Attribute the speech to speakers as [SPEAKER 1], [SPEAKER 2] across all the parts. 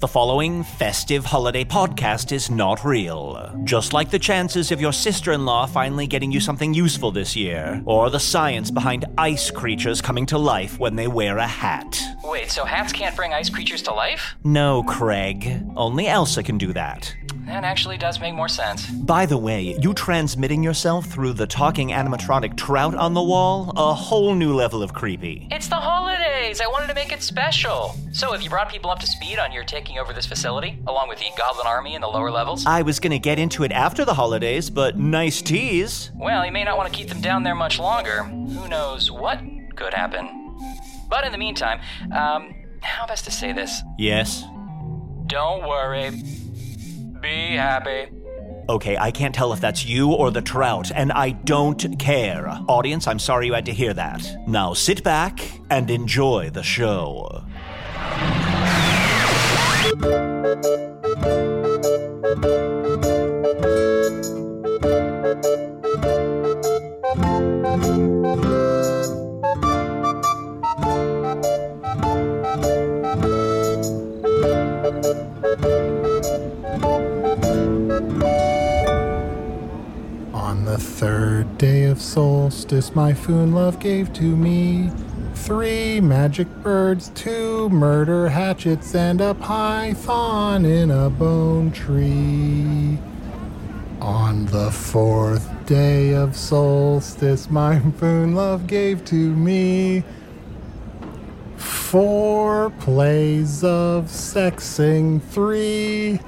[SPEAKER 1] The following festive holiday podcast is not real. Just like the chances of your sister in law finally getting you something useful this year, or the science behind ice creatures coming to life when they wear a hat.
[SPEAKER 2] Wait, so hats can't bring ice creatures to life?
[SPEAKER 1] No, Craig. Only Elsa can do that.
[SPEAKER 2] That actually does make more sense.
[SPEAKER 1] By the way, you transmitting yourself through the talking animatronic trout on the wall? A whole new level of creepy.
[SPEAKER 2] It's the holidays! I wanted to make it special! So, have you brought people up to speed on your taking over this facility, along with the Goblin Army in the lower levels?
[SPEAKER 1] I was gonna get into it after the holidays, but nice tease.
[SPEAKER 2] Well, you may not want to keep them down there much longer. Who knows what could happen? But in the meantime, um, how best to say this?
[SPEAKER 1] Yes?
[SPEAKER 2] Don't worry. Be happy.
[SPEAKER 1] Okay, I can't tell if that's you or the trout, and I don't care. Audience, I'm sorry you had to hear that. Now sit back and enjoy the show.
[SPEAKER 3] On the third day of solstice, my Foon love gave to me three magic birds, two murder hatchets, and a python in a bone tree. On the fourth day of solstice, my Foon love gave to me four plays of sexing, three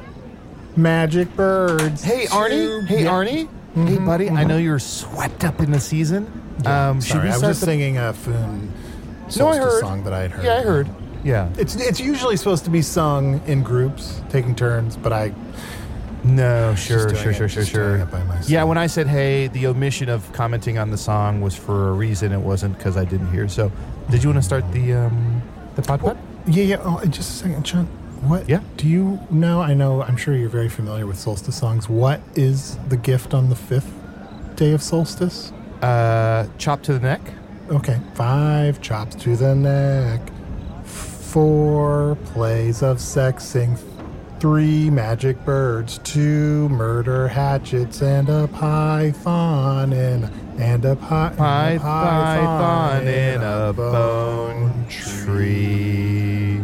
[SPEAKER 3] magic birds.
[SPEAKER 4] Hey
[SPEAKER 3] two
[SPEAKER 4] Arnie. Hey
[SPEAKER 3] ma-
[SPEAKER 4] Arnie.
[SPEAKER 3] Mm-hmm.
[SPEAKER 4] Hey buddy. I know you're swept up in the season. um, should
[SPEAKER 3] Sorry,
[SPEAKER 4] we
[SPEAKER 3] I was
[SPEAKER 4] start
[SPEAKER 3] just
[SPEAKER 4] the-
[SPEAKER 3] singing a Foon
[SPEAKER 4] No, I
[SPEAKER 3] solstice
[SPEAKER 4] heard.
[SPEAKER 3] song that I had heard.
[SPEAKER 4] Yeah, I heard. Yeah.
[SPEAKER 3] It's it's usually supposed to be sung in groups, taking turns, but I
[SPEAKER 4] No, sure,
[SPEAKER 3] doing
[SPEAKER 4] sure,
[SPEAKER 3] it-
[SPEAKER 4] sure, sure,
[SPEAKER 3] just doing
[SPEAKER 4] sure.
[SPEAKER 3] it by myself.
[SPEAKER 4] Yeah, when I said hey, the omission of commenting on the song was for a reason. It wasn't because I didn't hear. So, did you want to start the um, the pod? pod?
[SPEAKER 3] yeah yeah. Oh, just a second, Sean. What?
[SPEAKER 4] Yeah?
[SPEAKER 3] Do you know? I know. I'm sure you're very familiar with solstice songs. What is the gift on the fifth day of solstice?
[SPEAKER 4] Uh, chop to the neck.
[SPEAKER 3] Okay, five chops to the neck, four plays of sexing, three magic birds, two murder hatchets, and a python in and a pi- and a
[SPEAKER 4] Python, in a bone tree.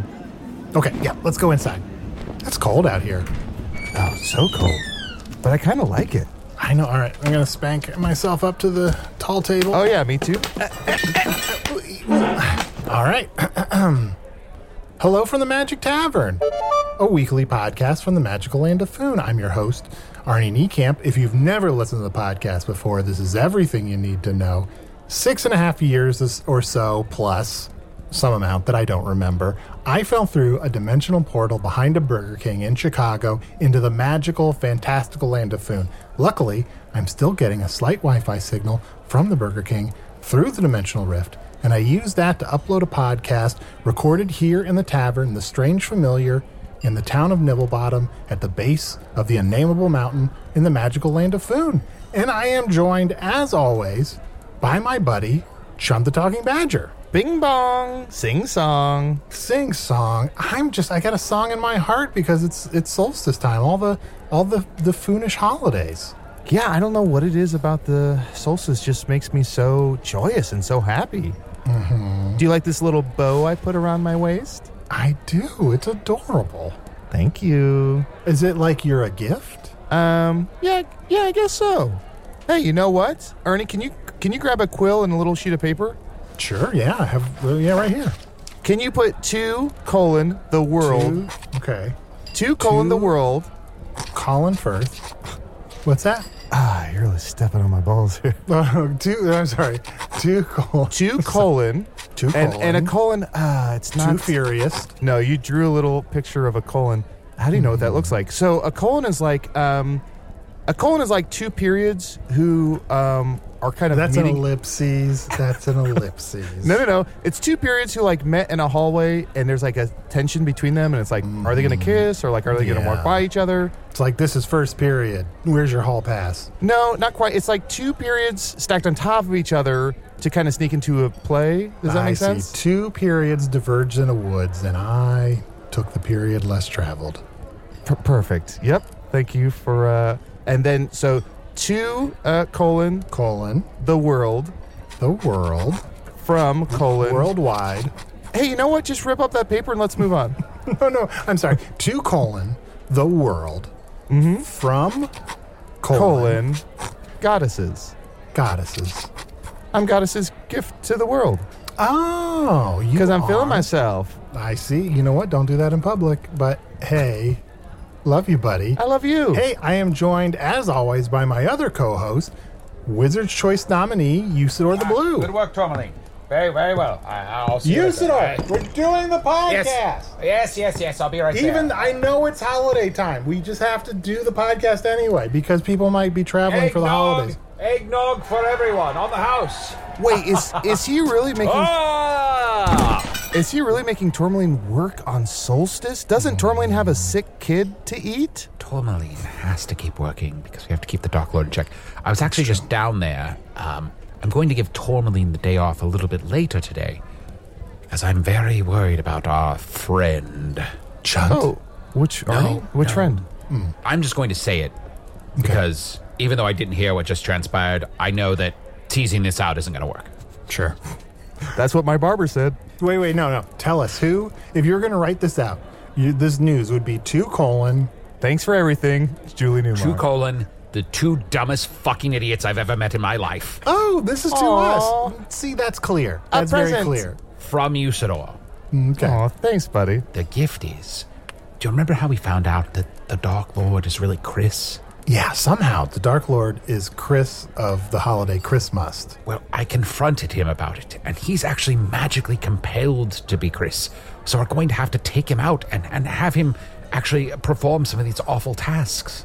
[SPEAKER 3] Okay, yeah, let's go inside. It's cold out here.
[SPEAKER 4] Oh, so cold. But I kind of like it.
[SPEAKER 3] I know. All right, I'm gonna spank myself up to the tall table.
[SPEAKER 4] Oh yeah, me too.
[SPEAKER 3] All right. Hello from the Magic Tavern, a weekly podcast from the magical land of Foon. I'm your host, Arnie Niekamp. If you've never listened to the podcast before, this is everything you need to know. Six and a half years is- or so plus some amount that I don't remember, I fell through a dimensional portal behind a Burger King in Chicago into the magical, fantastical land of Foon. Luckily, I'm still getting a slight Wi Fi signal from the Burger King through the dimensional rift, and I used that to upload a podcast recorded here in the tavern, The Strange Familiar, in the town of Nibblebottom at the base of the unnameable mountain in the magical land of Foon. And I am joined, as always, by my buddy, Chum the Talking Badger.
[SPEAKER 4] Bing bong, sing song.
[SPEAKER 3] Sing song. I'm just I got a song in my heart because it's it's solstice time. All the all the the foonish holidays.
[SPEAKER 4] Yeah, I don't know what it is about the solstice. Just makes me so joyous and so happy.
[SPEAKER 3] Mm-hmm.
[SPEAKER 4] Do you like this little bow I put around my waist?
[SPEAKER 3] I do. It's adorable.
[SPEAKER 4] Thank you.
[SPEAKER 3] Is it like you're a gift?
[SPEAKER 4] Um, yeah, yeah, I guess so. Hey, you know what, Ernie? Can you can you grab a quill and a little sheet of paper?
[SPEAKER 3] Sure. Yeah. I have. uh, Yeah. Right here.
[SPEAKER 4] Can you put two colon the world
[SPEAKER 3] Two- Okay.
[SPEAKER 4] two, colon the
[SPEAKER 3] two-
[SPEAKER 4] world?
[SPEAKER 3] Colin Firth. What's that?
[SPEAKER 4] Ah, you're really stepping on my balls here.
[SPEAKER 3] Oh, two. I'm sorry. Two Colin.
[SPEAKER 4] Two colon
[SPEAKER 3] Two
[SPEAKER 4] and and a
[SPEAKER 3] colon.
[SPEAKER 4] colon. Ah, it's
[SPEAKER 3] Two
[SPEAKER 4] not
[SPEAKER 3] furious.
[SPEAKER 4] No, you drew a little picture of a colon. How do you know what that
[SPEAKER 3] Hmm.
[SPEAKER 4] looks like? So a colon is like um, a colon is like two periods who um, are kind of
[SPEAKER 3] That's an
[SPEAKER 4] meeting.
[SPEAKER 3] ellipses. That's an ellipses.
[SPEAKER 4] no, no, no. It's two periods who like met in a hallway, and there's like a tension between them, and it's like, are they going to kiss or like are they going to
[SPEAKER 3] Mm-hmm. Yeah.
[SPEAKER 4] walk by each other?
[SPEAKER 3] It's like this is first period. Where's your hall pass?
[SPEAKER 4] No, not quite. It's like two periods stacked on top of each other to kind of sneak into a play. Does that
[SPEAKER 3] I
[SPEAKER 4] make
[SPEAKER 3] see.
[SPEAKER 4] sense?
[SPEAKER 3] Two periods diverged in the woods, and I took the period less traveled.
[SPEAKER 4] Per- perfect. Yep. Thank you for. Uh, and then so two uh, colon
[SPEAKER 3] Colon.
[SPEAKER 4] the world.
[SPEAKER 3] The world.
[SPEAKER 4] from colon
[SPEAKER 3] Worldwide.
[SPEAKER 4] Hey, you know what? Just rip up that paper and let's move on.
[SPEAKER 3] No, no. I'm sorry. Two colon. The world. From colon.
[SPEAKER 4] Mm-hmm. colon goddesses.
[SPEAKER 3] Goddesses.
[SPEAKER 4] I'm goddesses' gift to the world
[SPEAKER 3] Oh, you
[SPEAKER 4] because I'm
[SPEAKER 3] are-
[SPEAKER 4] feeling myself.
[SPEAKER 3] I see. You know what? Don't do that in public. But hey, love you, buddy.
[SPEAKER 4] I love you.
[SPEAKER 3] Hey, I am joined as always by my other co-host, Wizard's Choice nominee Usador the
[SPEAKER 5] Good
[SPEAKER 3] Blue.
[SPEAKER 5] work, Tourmaline. Very, very well. I, I'll see you later.
[SPEAKER 3] Usador, we're doing the
[SPEAKER 5] I-
[SPEAKER 3] podcast.
[SPEAKER 5] Yes. Yes, yes, yes. I'll be right
[SPEAKER 3] Even
[SPEAKER 5] there.
[SPEAKER 3] I know it's holiday time. We just have to do the podcast anyway because people might be traveling for the holidays.
[SPEAKER 5] Eggnog for everyone on the house.
[SPEAKER 4] Wait, is is he really making
[SPEAKER 5] Ah!
[SPEAKER 4] is he really making Tourmaline work on solstice? Doesn't Tourmaline have a sick kid to eat?
[SPEAKER 6] Tourmaline has to keep working because we have to keep the Dark Lord in check. I was actually just down there. Um, I'm going to give Tourmaline the day off a little bit later today because I'm very worried about our friend.
[SPEAKER 3] Chunt.
[SPEAKER 4] Oh, which Arnie? Which
[SPEAKER 6] no.
[SPEAKER 4] friend?
[SPEAKER 6] I'm just going to say it because even though I didn't hear what just transpired, I know that teasing this out isn't going to work.
[SPEAKER 3] Sure.
[SPEAKER 4] That's what my barber said.
[SPEAKER 3] Wait, wait, no, no. Tell us who. If you're going to write this out, you, this news would be two colon.
[SPEAKER 4] Thanks for everything, it's Julie Newmar.
[SPEAKER 6] Two colon, the two dumbest fucking idiots I've ever met in my life,
[SPEAKER 3] Oh, this is to
[SPEAKER 4] Aw.
[SPEAKER 3] us. See, that's clear.
[SPEAKER 4] A
[SPEAKER 3] That's very
[SPEAKER 4] present.
[SPEAKER 3] clear. Mm,
[SPEAKER 6] from Usador.
[SPEAKER 3] Okay.
[SPEAKER 4] Aw, thanks, buddy.
[SPEAKER 6] The gift is. Do you remember how we found out that the Dark Lord is really Chris?
[SPEAKER 3] Yeah, somehow the Dark Lord is Chris of the holiday Christmas.
[SPEAKER 6] Well, I confronted him about it, and he's actually magically compelled to be Chris. So we're going to have to take him out and, and have him actually perform some of these awful tasks.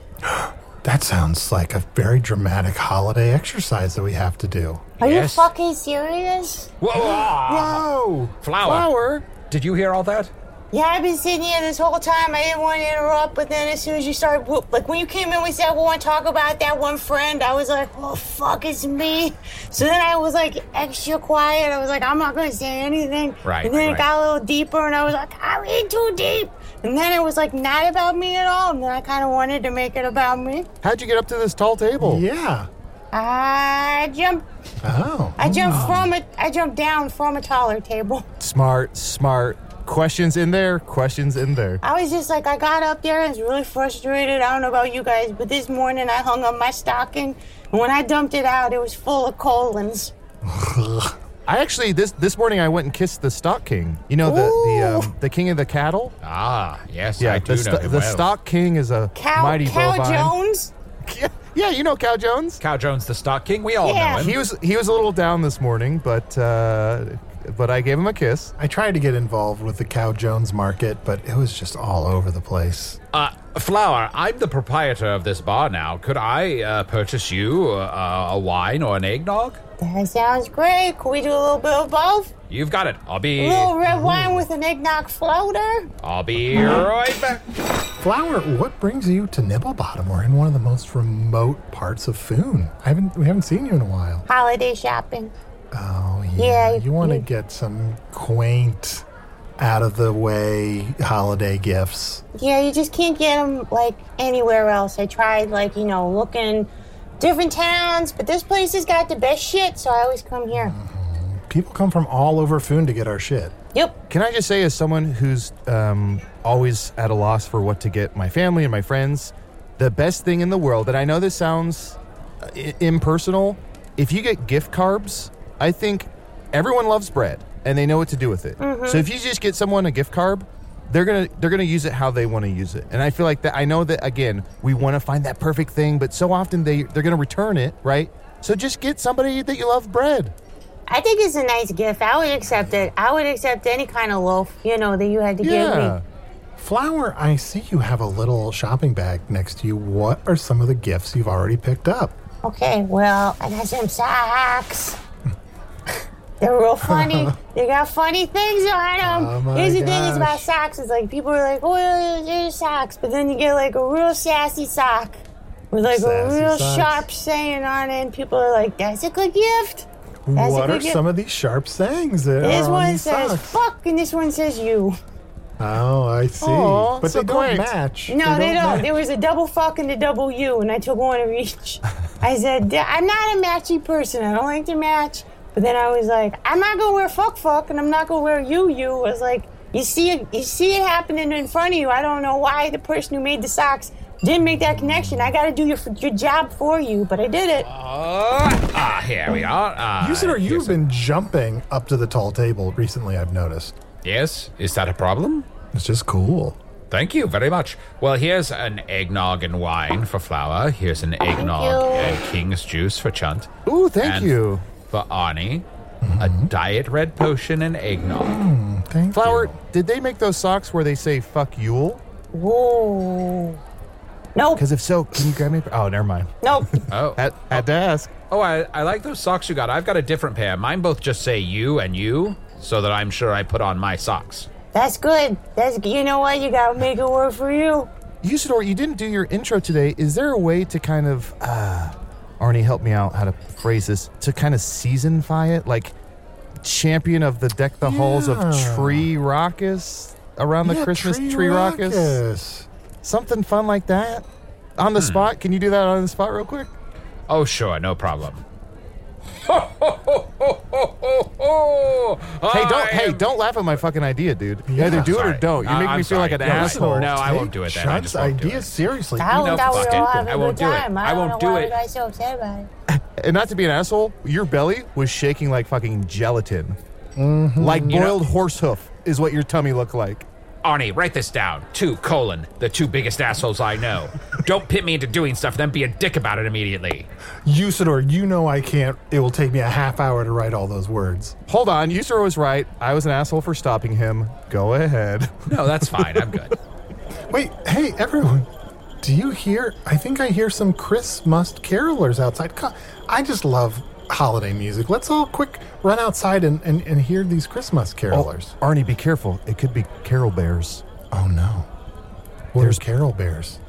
[SPEAKER 3] That sounds like a very dramatic holiday exercise that we have to do.
[SPEAKER 7] Are
[SPEAKER 6] Yes.
[SPEAKER 7] you fucking serious?
[SPEAKER 6] Whoa!
[SPEAKER 3] Whoa!
[SPEAKER 6] Flower. Did you hear all that?
[SPEAKER 7] Yeah, I've been sitting here this whole time. I didn't want to interrupt, but then as soon as you started, whoop, like when you came in, we said we want to talk about that one friend. I was like, oh fuck, it's me. So then I was like extra quiet. I was like, I'm not going to say anything.
[SPEAKER 6] Right,
[SPEAKER 7] And then
[SPEAKER 6] right.
[SPEAKER 7] it got a little deeper, and I was like, I'm in too deep. And then it was like not about me at all. And then I kind of wanted to make it about me.
[SPEAKER 4] How'd you get up to this tall table?
[SPEAKER 3] Yeah.
[SPEAKER 7] I jumped.
[SPEAKER 3] Oh.
[SPEAKER 7] I jumped from a. I jumped down from a taller table.
[SPEAKER 4] Smart, smart. Questions in there, questions in there.
[SPEAKER 7] I was just like, I got up there and was really frustrated. I don't know about you guys, but this morning I hung up my stocking. And when I dumped it out, it was full of colons.
[SPEAKER 4] I actually this this morning I went and kissed the stock king. You know the the um, the king of the cattle.
[SPEAKER 6] Ah, yes, I do
[SPEAKER 4] the, sto-
[SPEAKER 6] know him
[SPEAKER 4] the
[SPEAKER 6] well.
[SPEAKER 4] stock king is a
[SPEAKER 7] Cow,
[SPEAKER 4] mighty
[SPEAKER 7] Cow
[SPEAKER 4] bovine.
[SPEAKER 7] Jones?
[SPEAKER 4] Yeah, yeah, you know Cow Jones.
[SPEAKER 6] Cow Jones, the stock king. We all
[SPEAKER 7] Yeah.
[SPEAKER 6] know him.
[SPEAKER 4] He was he was a little down this morning, but uh, but I gave him a kiss.
[SPEAKER 3] I tried to get involved with the Cow Jones market, but it was just all over the place.
[SPEAKER 6] Uh, Flower, I'm the proprietor of this bar now. Could I uh, purchase you uh, a wine or an eggnog?
[SPEAKER 7] That sounds great. Could we do a little bit of both?
[SPEAKER 6] You've got it. I'll be.
[SPEAKER 7] A little red wine with an eggnog floater?
[SPEAKER 6] I'll be right back.
[SPEAKER 3] Flower, what brings you to Nibblebottom? We're in one of the most remote parts of Foon. I haven't we haven't seen you in a while.
[SPEAKER 7] Holiday shopping.
[SPEAKER 3] Oh
[SPEAKER 7] Yeah,
[SPEAKER 3] yeah, you want to
[SPEAKER 7] you-
[SPEAKER 3] get some quaint, out of the way holiday gifts.
[SPEAKER 7] Yeah, you just can't get them like anywhere else. I tried like, you know, looking different towns, but this place has got the best shit, so I always come here.
[SPEAKER 3] People come from all over Foon to get our shit.
[SPEAKER 7] Yep.
[SPEAKER 4] Can I just say, as someone who's um, always at a loss for what to get my family and my friends, the best thing in the world, and I know this sounds uh, i- impersonal, if you get gift carbs, I think everyone loves bread and they know what to do with it. So if you just get someone a gift carb, they're gonna they're gonna use it how they want to use it, and I feel like that. I know that again, we want to find that perfect thing, but so often they they're gonna return it, right? So just get somebody that you love bread.
[SPEAKER 7] I think it's a nice gift. I would accept it. I would accept any kind of loaf, you know, that you had to
[SPEAKER 4] Yeah.
[SPEAKER 3] Flower, I see you have a little shopping bag next to you. What are some of the gifts you've already picked up?
[SPEAKER 7] give me. Okay, well, I got some socks. They're real funny. they got funny things on
[SPEAKER 3] Oh
[SPEAKER 7] them.
[SPEAKER 3] my
[SPEAKER 7] Here's the thing is about
[SPEAKER 3] gosh.
[SPEAKER 7] socks is like people are like, oh, those are socks, but then you get like a real sassy sock with like
[SPEAKER 3] Sassy
[SPEAKER 7] a real
[SPEAKER 3] socks.
[SPEAKER 7] sharp saying on it, and people are like, that's a good gift. That's a
[SPEAKER 3] what
[SPEAKER 7] good
[SPEAKER 3] are
[SPEAKER 7] gift.
[SPEAKER 3] some of these sharp sayings that
[SPEAKER 7] This
[SPEAKER 3] are on
[SPEAKER 7] one
[SPEAKER 3] these
[SPEAKER 7] says
[SPEAKER 3] socks?
[SPEAKER 7] fuck, and this one says you.
[SPEAKER 3] Oh, I see.
[SPEAKER 4] Aw,
[SPEAKER 3] but
[SPEAKER 4] so
[SPEAKER 3] they don't
[SPEAKER 4] quaint.
[SPEAKER 3] match.
[SPEAKER 7] No, they don't.
[SPEAKER 3] match.
[SPEAKER 7] There was a double fuck and a double you, and I took one of each. I said, "D- I'm not a matchy person. I don't like to match. But then I was like, I'm not gonna wear fuck fuck, and I'm not gonna wear you you. I was like, you see it, you see it happening in front of you. I don't know why the person who made the socks didn't make that connection. I got to do your your job for you, but I did it.
[SPEAKER 6] Ah, here we are. Ah,
[SPEAKER 3] You said or you've
[SPEAKER 6] here's a-
[SPEAKER 3] been jumping up to the tall table recently, I've noticed.
[SPEAKER 6] Yes, is that a problem?
[SPEAKER 3] It's just cool.
[SPEAKER 6] Thank you very much. Well, here's an eggnog and wine for Flower. Here's an eggnog
[SPEAKER 7] you.
[SPEAKER 6] and King's juice for Chunt.
[SPEAKER 4] Ooh, thank
[SPEAKER 6] And
[SPEAKER 4] you. Mm-hmm.
[SPEAKER 6] For Arnie, a diet red potion and eggnog.
[SPEAKER 3] Hmm, Thank
[SPEAKER 4] Flower,
[SPEAKER 3] you.
[SPEAKER 4] did they make those socks where they say "fuck Yule"?
[SPEAKER 7] Whoa. Nope.
[SPEAKER 4] Because if so, can you grab me? Oh, never mind.
[SPEAKER 7] Nope.
[SPEAKER 6] Oh,
[SPEAKER 4] At had to ask.
[SPEAKER 6] oh, I, I like those socks you got. I've got a different pair. Mine both just say you and you, so that I'm sure I put on my socks.
[SPEAKER 7] That's good. That's you know what? You gotta make it work for you.
[SPEAKER 4] Usador, you didn't do your intro today. Is there a way to kind of, uh, Arnie, help me out how to phrase this to kind of seasonify it, like champion of the deck the halls of
[SPEAKER 3] Yeah.
[SPEAKER 4] Tree Rockus around the
[SPEAKER 3] Yeah,
[SPEAKER 4] Christmas Tree, Rockus?
[SPEAKER 3] Rockus.
[SPEAKER 4] something fun like that on the spot. Can you do that on the spot real quick?
[SPEAKER 6] Hmm. Oh, sure, no problem.
[SPEAKER 4] Hey, don't
[SPEAKER 6] Oh, I
[SPEAKER 4] hey,
[SPEAKER 6] am-
[SPEAKER 4] don't laugh at my fucking idea, dude. Either do it
[SPEAKER 6] Sorry.
[SPEAKER 4] or don't. You
[SPEAKER 6] Uh,
[SPEAKER 4] make
[SPEAKER 6] I'm
[SPEAKER 4] me feel like
[SPEAKER 6] sorry.
[SPEAKER 4] an
[SPEAKER 6] No,
[SPEAKER 3] Listen,
[SPEAKER 4] asshole.
[SPEAKER 6] no, I won't
[SPEAKER 3] take
[SPEAKER 6] do it then. I
[SPEAKER 3] Chuck's
[SPEAKER 6] just won't do
[SPEAKER 3] idea
[SPEAKER 6] it.
[SPEAKER 3] seriously.
[SPEAKER 7] I
[SPEAKER 6] No,
[SPEAKER 7] don't thought we
[SPEAKER 6] fuck
[SPEAKER 7] were all
[SPEAKER 6] it.
[SPEAKER 7] having
[SPEAKER 6] I
[SPEAKER 7] a
[SPEAKER 6] won't
[SPEAKER 7] good
[SPEAKER 6] do it.
[SPEAKER 7] time.
[SPEAKER 6] I
[SPEAKER 7] don't
[SPEAKER 6] won't
[SPEAKER 7] know
[SPEAKER 6] do
[SPEAKER 7] why
[SPEAKER 6] it.
[SPEAKER 7] we got so upset about it.
[SPEAKER 4] and not to be an asshole, your belly was shaking like fucking gelatin.
[SPEAKER 3] Mm-hmm.
[SPEAKER 4] Like boiled horse hoof is what your tummy looked like.
[SPEAKER 6] Arnie, write this down. Two colon, the two biggest assholes I know. don't pit me into doing stuff, then be a dick about it immediately.
[SPEAKER 3] Usador, you know I can't. It will take me a half hour to write all those words.
[SPEAKER 4] Hold on, Usador was right. I was an asshole for stopping him. Go ahead.
[SPEAKER 6] No, that's fine. I'm good.
[SPEAKER 3] Wait, hey, everyone. Do you hear? I think I hear some Christmas carolers outside. Co- I just love holiday music. Let's all quick run outside and, and, and hear these Christmas carolers.
[SPEAKER 4] Oh, Arnie, be careful. It could be carol bears.
[SPEAKER 3] Oh no. What
[SPEAKER 4] There's-
[SPEAKER 3] There's Carol Bears.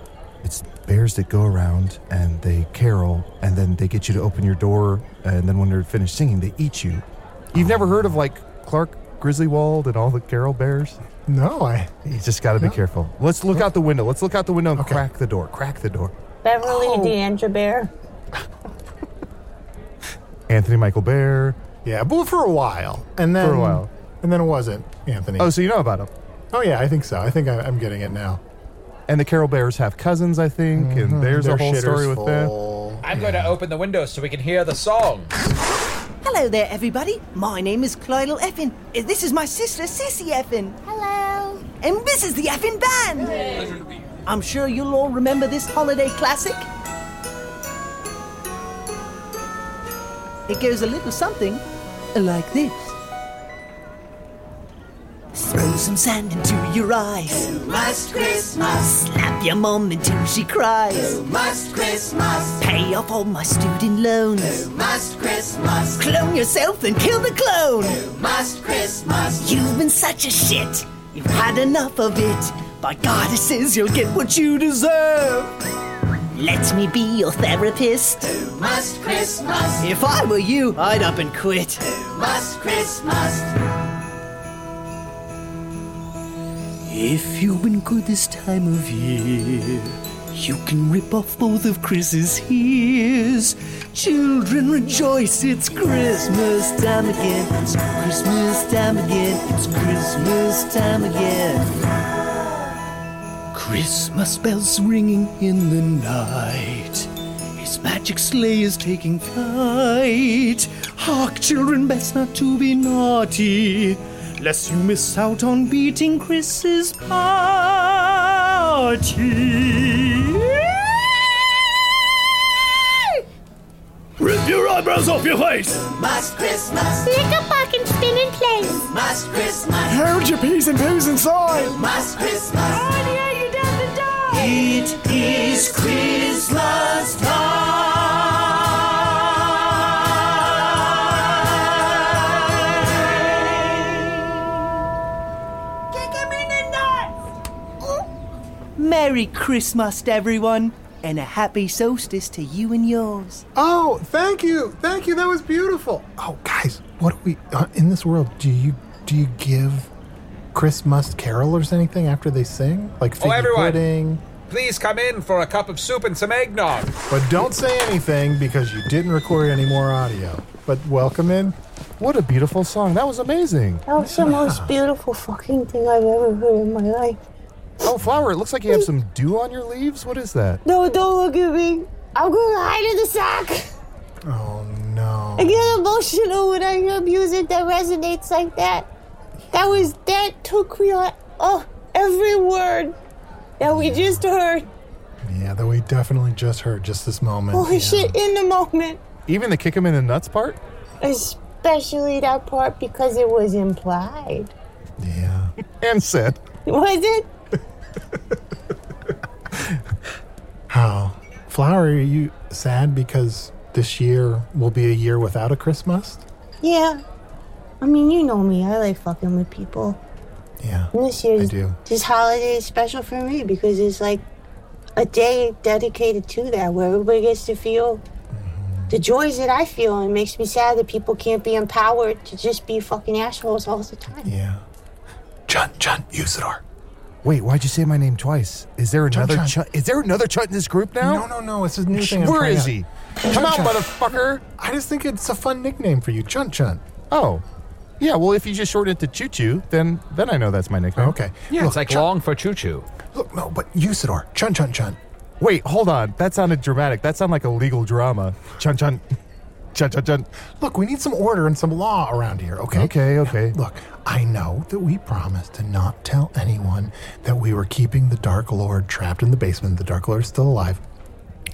[SPEAKER 4] It's bears that go around and they carol, and then they get you to open your door, and then when they're finished singing, they eat you. You've
[SPEAKER 3] Oh,
[SPEAKER 4] never heard of like Clark Grizzlywald and all the carol bears?
[SPEAKER 3] No, I
[SPEAKER 4] You just got to be careful. Let's look out the window. Let's look out the window and
[SPEAKER 3] Okay.
[SPEAKER 4] crack the door. Crack the door.
[SPEAKER 7] Beverly
[SPEAKER 3] Oh.
[SPEAKER 7] D'Andra Bear.
[SPEAKER 4] Anthony Michael Bear.
[SPEAKER 3] yeah, but for a while, and then
[SPEAKER 4] For a while.
[SPEAKER 3] and then it wasn't Anthony.
[SPEAKER 4] Oh,
[SPEAKER 3] Oh,
[SPEAKER 4] so you know about him.
[SPEAKER 3] yeah, I think so. I think I, I'm getting it now.
[SPEAKER 4] And the Carol Bears have cousins, I think, and there's
[SPEAKER 3] Their
[SPEAKER 4] a whole
[SPEAKER 3] shitter's
[SPEAKER 4] story with that.
[SPEAKER 3] full.
[SPEAKER 5] I'm going to open the window so we can hear the song.
[SPEAKER 8] Hello there, everybody. My name is Clydal Effin. Uh, This is my sister, Sissy Effin.
[SPEAKER 7] Hello.
[SPEAKER 8] And this is the Effin Band. I'm sure you'll all remember this holiday classic. It goes a little something like this. some sand into your eyes. Too much Christmas. Slap your mum until she cries. Too much Christmas. Pay off all my student loans. Too much Christmas. Clone yourself and kill the clone. Too much Christmas. You've been such a shit. You've had enough of it. By goddesses, you'll get what you deserve. Let me be your therapist. Too much Christmas. If I were you, I'd up and quit. Too much Christmas. If you've been good this time of year, you can rip off both of Chris's ears. Children rejoice, it's Christmas time again. It's Christmas time again. It's Christmas time again. Christmas bells ringing in the night. His magic sleigh is taking flight. Hark, children, best not to be naughty, lest you miss out on beating Chris's party.
[SPEAKER 9] Rip your eyebrows off your face!
[SPEAKER 3] Hold your peas and poos inside.
[SPEAKER 8] It is Christmas Merry Christmas, everyone, and a happy solstice to you and yours.
[SPEAKER 3] Oh, thank you, thank you. That was beautiful. Oh, guys, what do we uh, in this world? Do you do you give Christmas carolers anything after they sing, like figgy
[SPEAKER 5] everyone.
[SPEAKER 3] pudding?
[SPEAKER 5] Please come in for a cup of soup and some eggnog.
[SPEAKER 3] But don't say anything because you didn't record any more audio. But welcome in.
[SPEAKER 4] What a beautiful song. That was amazing.
[SPEAKER 7] That was the most beautiful fucking thing I've ever heard in my life.
[SPEAKER 4] Oh, Flower, it looks like you have some dew on your leaves. What is that?
[SPEAKER 7] No, don't look at me. I'm gonna hide in the sack.
[SPEAKER 3] Oh no.
[SPEAKER 7] I get emotional when I hear music that resonates like that. That was that took me on. Oh, every word that we just heard.
[SPEAKER 3] Yeah, that we definitely just heard just this moment.
[SPEAKER 7] Holy
[SPEAKER 3] Yeah.
[SPEAKER 7] shit! In the moment,
[SPEAKER 4] Even the kick him in the nuts part?
[SPEAKER 7] especially that part because it was implied.
[SPEAKER 3] Yeah.
[SPEAKER 4] And said,
[SPEAKER 7] Was it?
[SPEAKER 3] How? Flower, are you sad because this year will be a year without a Christmas?
[SPEAKER 7] Yeah. I mean, you know me. I like fucking with people.
[SPEAKER 3] Yeah.
[SPEAKER 7] And this
[SPEAKER 3] I
[SPEAKER 7] year's
[SPEAKER 3] do.
[SPEAKER 7] this holiday is special for me because it's like a day dedicated to that where everybody gets to feel
[SPEAKER 3] Mm-hmm.
[SPEAKER 7] the joys that I feel and it makes me sad that people can't be empowered to just be fucking assholes all the time.
[SPEAKER 3] Yeah. John, John, Usador.
[SPEAKER 4] Wait, why'd you say my name twice? Is there
[SPEAKER 3] Chun
[SPEAKER 4] another
[SPEAKER 3] Chun.
[SPEAKER 4] chut? Is there another chut in this group
[SPEAKER 3] No,
[SPEAKER 4] now?
[SPEAKER 3] no, no. It's a new thing. I'm
[SPEAKER 4] Where
[SPEAKER 3] trying
[SPEAKER 4] is
[SPEAKER 3] out.
[SPEAKER 4] he? Come out,
[SPEAKER 3] Chun.
[SPEAKER 4] motherfucker.
[SPEAKER 3] I just think it's a fun nickname for you, Chun Chun.
[SPEAKER 4] Oh. Yeah, well, if you just shorten it to Choo Choo, then then I know that's my nickname.
[SPEAKER 3] Okay.
[SPEAKER 5] Yeah,
[SPEAKER 3] look,
[SPEAKER 5] it's like
[SPEAKER 3] Chun-
[SPEAKER 5] long for choo choo.
[SPEAKER 3] Look, no, but Usador. Chun Chun Chun.
[SPEAKER 4] Wait, hold on. That sounded dramatic. That sounded like a legal drama. Chun chun. Chun chun chun.
[SPEAKER 3] Look, we need some order and some law around here, okay?
[SPEAKER 4] Okay, okay.
[SPEAKER 3] Look, I know that we promised to not tell anyone that we were keeping the Dark Lord trapped in the basement. The Dark Lord is still alive.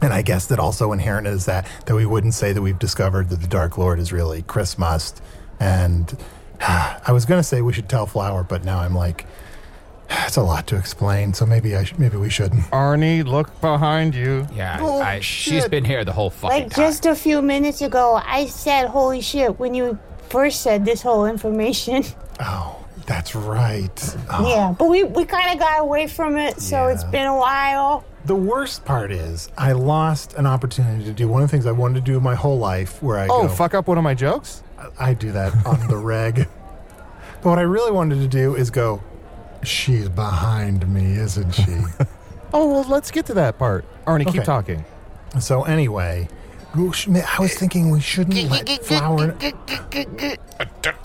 [SPEAKER 3] And I guess that also inherent is that that we wouldn't say that we've discovered that the Dark Lord is really Christmas. And I was gonna say we should tell Flower, but now I'm like, it's a lot to explain. So maybe I should, maybe we shouldn't.
[SPEAKER 4] Arnie, look behind you.
[SPEAKER 5] Yeah,
[SPEAKER 3] Oh,
[SPEAKER 5] I, she's
[SPEAKER 3] shit.
[SPEAKER 5] been here the whole fucking
[SPEAKER 7] Like
[SPEAKER 5] time.
[SPEAKER 7] just a few minutes ago, I said, "Holy shit!" when you first said this whole information.
[SPEAKER 3] Oh, that's right. Oh.
[SPEAKER 7] yeah, but we we kind of got away from it, so
[SPEAKER 3] Yeah.
[SPEAKER 7] it's been a while.
[SPEAKER 3] The worst part is I lost an opportunity to do one of the things I wanted to do my whole life, where I
[SPEAKER 4] Oh,
[SPEAKER 3] go,
[SPEAKER 4] fuck up one of my jokes?
[SPEAKER 3] I do that on the reg. But what I really wanted to do is go, she's behind me, isn't she?
[SPEAKER 4] Oh, well, let's get to that part. Arnie,
[SPEAKER 3] Okay.
[SPEAKER 4] keep talking.
[SPEAKER 3] so anyway, whoosh, ma- I was thinking we shouldn't let Flower.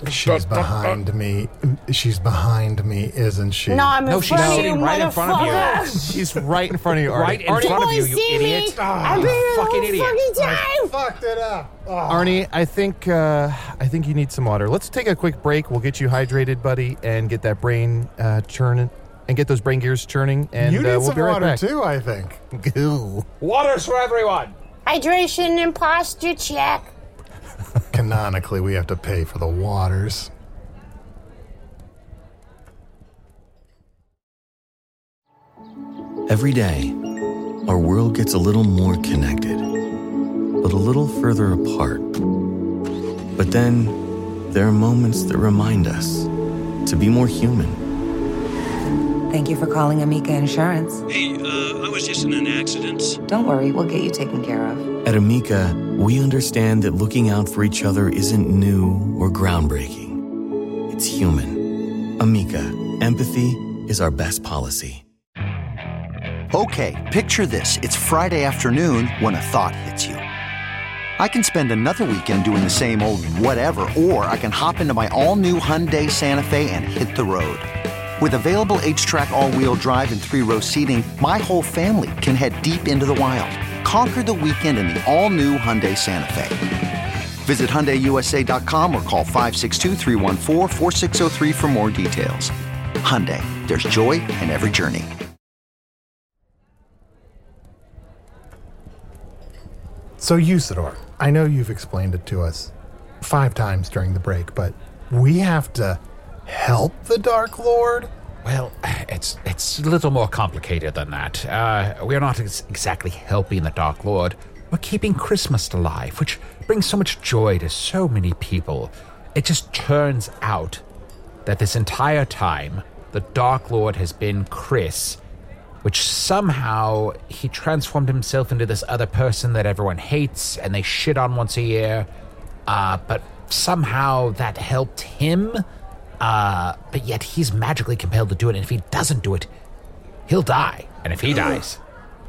[SPEAKER 3] She's behind me. She's behind me, isn't she?
[SPEAKER 7] No, I'm in
[SPEAKER 5] No, she's
[SPEAKER 7] front of you,
[SPEAKER 5] sitting right in front of you.
[SPEAKER 7] motherfucker.
[SPEAKER 4] She's right in front of you, Arnie.
[SPEAKER 5] Right in
[SPEAKER 4] Arnie,
[SPEAKER 5] front of
[SPEAKER 7] Boy,
[SPEAKER 5] you, you
[SPEAKER 7] see
[SPEAKER 5] idiot. Ah.
[SPEAKER 7] Me. I've been here the
[SPEAKER 5] fucking
[SPEAKER 7] whole
[SPEAKER 5] idiot.
[SPEAKER 7] fucking time.
[SPEAKER 3] fucked it up.
[SPEAKER 5] Ah.
[SPEAKER 3] Oh.
[SPEAKER 4] Arnie, I think uh, I think you need some water. Let's take a quick break. We'll get you hydrated, buddy, and get that brain uh, churning, and get those brain gears churning. And
[SPEAKER 3] You need
[SPEAKER 4] uh, we'll
[SPEAKER 3] some
[SPEAKER 4] be right
[SPEAKER 3] water
[SPEAKER 4] back.
[SPEAKER 3] too, I think.
[SPEAKER 4] Goo.
[SPEAKER 5] Waters for everyone.
[SPEAKER 7] Hydration and posture check.
[SPEAKER 3] Canonically, we have to pay for the waters.
[SPEAKER 10] Every day, our world gets a little more connected, but a little further apart. But then, there are moments that remind us to be more human.
[SPEAKER 11] Thank you for calling Amica Insurance.
[SPEAKER 9] Hey, uh, I was just in an accident.
[SPEAKER 11] Don't worry, we'll get you taken care of.
[SPEAKER 10] At Amica, we understand that looking out for each other isn't new or groundbreaking, it's human. Amica, empathy is our best policy.
[SPEAKER 12] Okay, picture this. It's Friday afternoon when a thought hits you. I can spend another weekend doing the same old whatever, or I can hop into my all new Hyundai Santa Fe and hit the road. With available H track, all wheel drive, and three row seating, my whole family can head deep into the wild. Conquer the weekend in the all new Hyundai Santa Fe. Visit HyundaiUSA.com or call 562-314-4603 for more details. Hyundai, there's joy in every journey.
[SPEAKER 3] So, Usador, I know you've explained it to us five times during the break, but we have to help the Dark Lord?
[SPEAKER 6] Well, it's it's a little more complicated than that. Uh, we're not ex- exactly helping the Dark Lord. We're keeping Christmas alive, which brings so much joy to so many people. It just turns out that this entire time, the Dark Lord has been Chris, which somehow he transformed himself into this other person that everyone hates and they shit on once a year. Uh, but somehow that helped him. Uh, but yet he's magically compelled to do it, and if he doesn't do it, he'll die. And if he dies,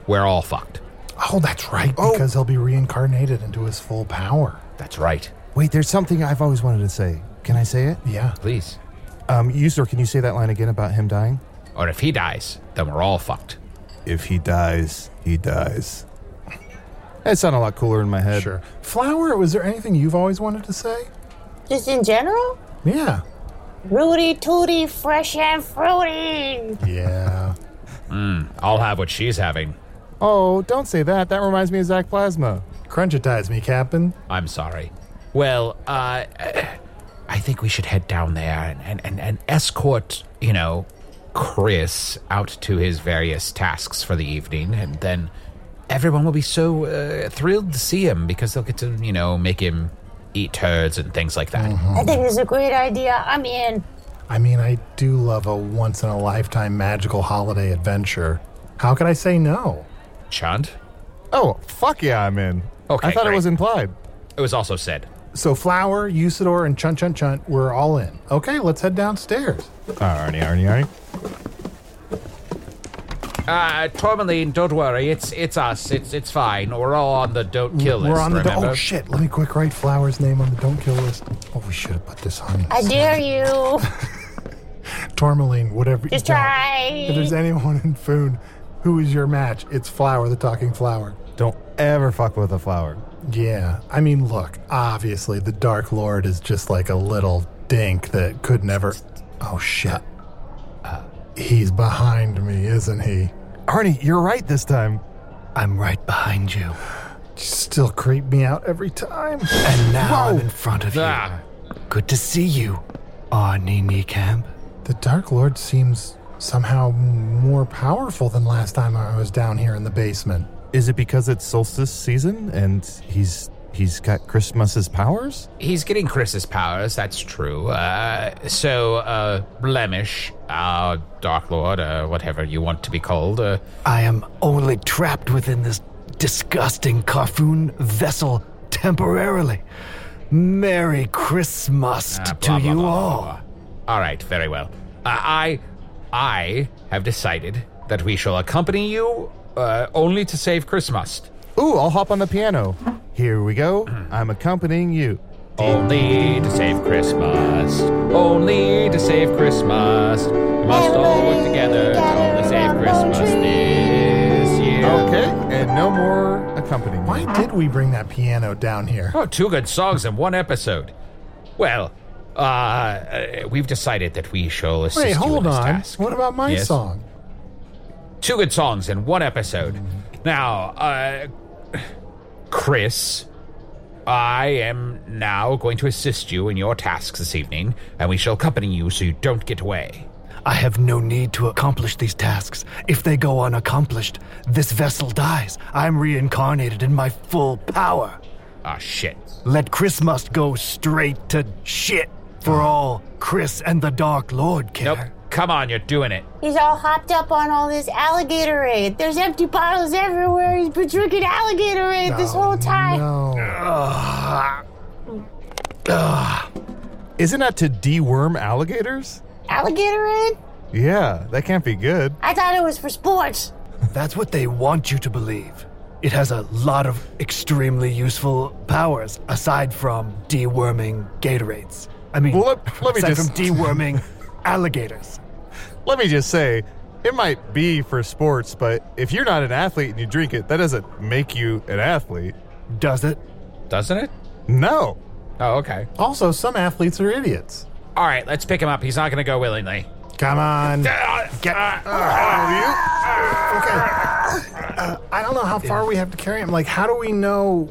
[SPEAKER 6] we're all fucked.
[SPEAKER 3] Oh, that's right, because he'll be reincarnated into his full power.
[SPEAKER 6] That's right.
[SPEAKER 4] Wait, there's something I've always wanted to say. Can I say it?
[SPEAKER 3] Yeah.
[SPEAKER 6] Please.
[SPEAKER 4] Um, user, can you say that line again about him dying?
[SPEAKER 6] Or if he dies, then we're all fucked.
[SPEAKER 4] If he dies, he dies. That sounded a lot cooler in my head. Sure.
[SPEAKER 3] Flower, was there anything you've always wanted to say?
[SPEAKER 7] Just in general?
[SPEAKER 3] Yeah.
[SPEAKER 7] Rooty tooty, fresh and fruity.
[SPEAKER 3] Yeah.
[SPEAKER 6] Mm, I'll have what she's having.
[SPEAKER 4] Oh, don't say that. That reminds me of Zach Plasma.
[SPEAKER 3] Crunchitize me, Captain.
[SPEAKER 6] I'm sorry. Well, uh, I think we should head down there and, and, and, and escort, you know, Chris out to his various tasks for the evening, and then everyone will be so uh, thrilled to see him because they'll get to, you know, make him eat turds and things like that.
[SPEAKER 7] I think this is a great idea. I'm in.
[SPEAKER 3] I mean, I do love a once in a lifetime magical holiday adventure. How could I say no?
[SPEAKER 6] Chant?
[SPEAKER 4] Oh, fuck yeah, I'm in.
[SPEAKER 6] Okay,
[SPEAKER 4] I thought
[SPEAKER 6] great.
[SPEAKER 4] it was implied.
[SPEAKER 6] It was also said.
[SPEAKER 3] So, Flower, Usador, and Chunt Chunt Chunt, we're all in. Okay, let's head downstairs.
[SPEAKER 4] Arnie, Arnie, Arnie.
[SPEAKER 6] Uh, Tourmaline, don't worry. It's it's us. It's it's fine. We're all on the don't kill list.
[SPEAKER 3] we're on the do-
[SPEAKER 6] remember?
[SPEAKER 3] oh shit! Let me quick write Flower's name on the don't kill list. Oh, we should have put this on
[SPEAKER 7] I dare you.
[SPEAKER 3] Tourmaline, whatever.
[SPEAKER 7] Just
[SPEAKER 3] you don't.
[SPEAKER 7] try.
[SPEAKER 3] If there's anyone in Foon who is your match, it's Flower, the talking flower.
[SPEAKER 4] Don't ever fuck with a flower.
[SPEAKER 3] Yeah. I mean, look, obviously, the Dark Lord is just like a little dink that could never. Oh, shit. He's behind me, isn't he?
[SPEAKER 4] Arnie, you're right this time.
[SPEAKER 3] I'm right behind you. Still creep me out every time.
[SPEAKER 13] And now I'm in front of you. Good to see you, Arnie Niekamp.
[SPEAKER 3] The Dark Lord seems somehow more powerful than last time I was down here in the basement.
[SPEAKER 4] Is it because it's solstice season and he's he's got Christmas's powers?
[SPEAKER 6] He's getting Chris's powers, that's true. Uh, so, uh, Blemish, uh, Dark Lord, uh, whatever you want to be called, uh,
[SPEAKER 13] I am only trapped within this disgusting Carfoon vessel temporarily. Merry Christmas
[SPEAKER 6] Ah, blah,
[SPEAKER 13] to
[SPEAKER 6] blah,
[SPEAKER 13] you
[SPEAKER 6] blah,
[SPEAKER 13] all.
[SPEAKER 6] blah, blah. All right, very well. Uh, I, I have decided that we shall accompany you uh, only to save Christmas.
[SPEAKER 4] Ooh, I'll hop on the piano. Here we go. I'm accompanying you.
[SPEAKER 6] Only to save Christmas. Only to save Christmas. We must all work together to only save Christmas this year.
[SPEAKER 4] Okay, and no more accompanying.
[SPEAKER 3] Why did we bring that piano down here?
[SPEAKER 6] Oh, two good songs in one episode. Well, uh, uh, we've decided that we shall assist
[SPEAKER 3] Wait,
[SPEAKER 6] you in
[SPEAKER 3] hold
[SPEAKER 6] this
[SPEAKER 3] on.
[SPEAKER 6] task.
[SPEAKER 3] What about my
[SPEAKER 6] Yes?
[SPEAKER 3] song?
[SPEAKER 6] Two good songs in one episode. Now, uh, Chris, I am now going to assist you in your tasks this evening, and we shall accompany you so you don't get away.
[SPEAKER 13] I have no need to accomplish these tasks. If they go unaccomplished, this vessel dies. I'm reincarnated in my full power.
[SPEAKER 6] Ah, shit.
[SPEAKER 13] Let Chris must go straight to shit for all Chris and the Dark Lord care. Nope.
[SPEAKER 6] Come on, you're doing it.
[SPEAKER 7] He's all hopped up on all this alligatorade. There's empty bottles everywhere. He's been drinking alligatorade this whole time.
[SPEAKER 4] Isn't that to deworm alligators?
[SPEAKER 7] Alligatorade?
[SPEAKER 4] Yeah, that can't be good.
[SPEAKER 7] I thought it was for sports.
[SPEAKER 13] That's what they want you to believe. It has a lot of extremely useful powers aside from deworming Gatorades. I mean,
[SPEAKER 4] Well, let- let me
[SPEAKER 13] aside
[SPEAKER 4] just-
[SPEAKER 13] from deworming alligators.
[SPEAKER 4] Let me just say, it might be for sports, but if you're not an athlete and you drink it, that doesn't make you an athlete.
[SPEAKER 13] Does it?
[SPEAKER 6] Doesn't it?
[SPEAKER 4] No.
[SPEAKER 6] Oh, okay.
[SPEAKER 3] Also, some athletes are idiots.
[SPEAKER 6] All right, let's pick him up. He's not going to go willingly.
[SPEAKER 3] Come on.
[SPEAKER 6] Get.
[SPEAKER 3] Uh, I don't know how far we have to carry him. Like, how do we know?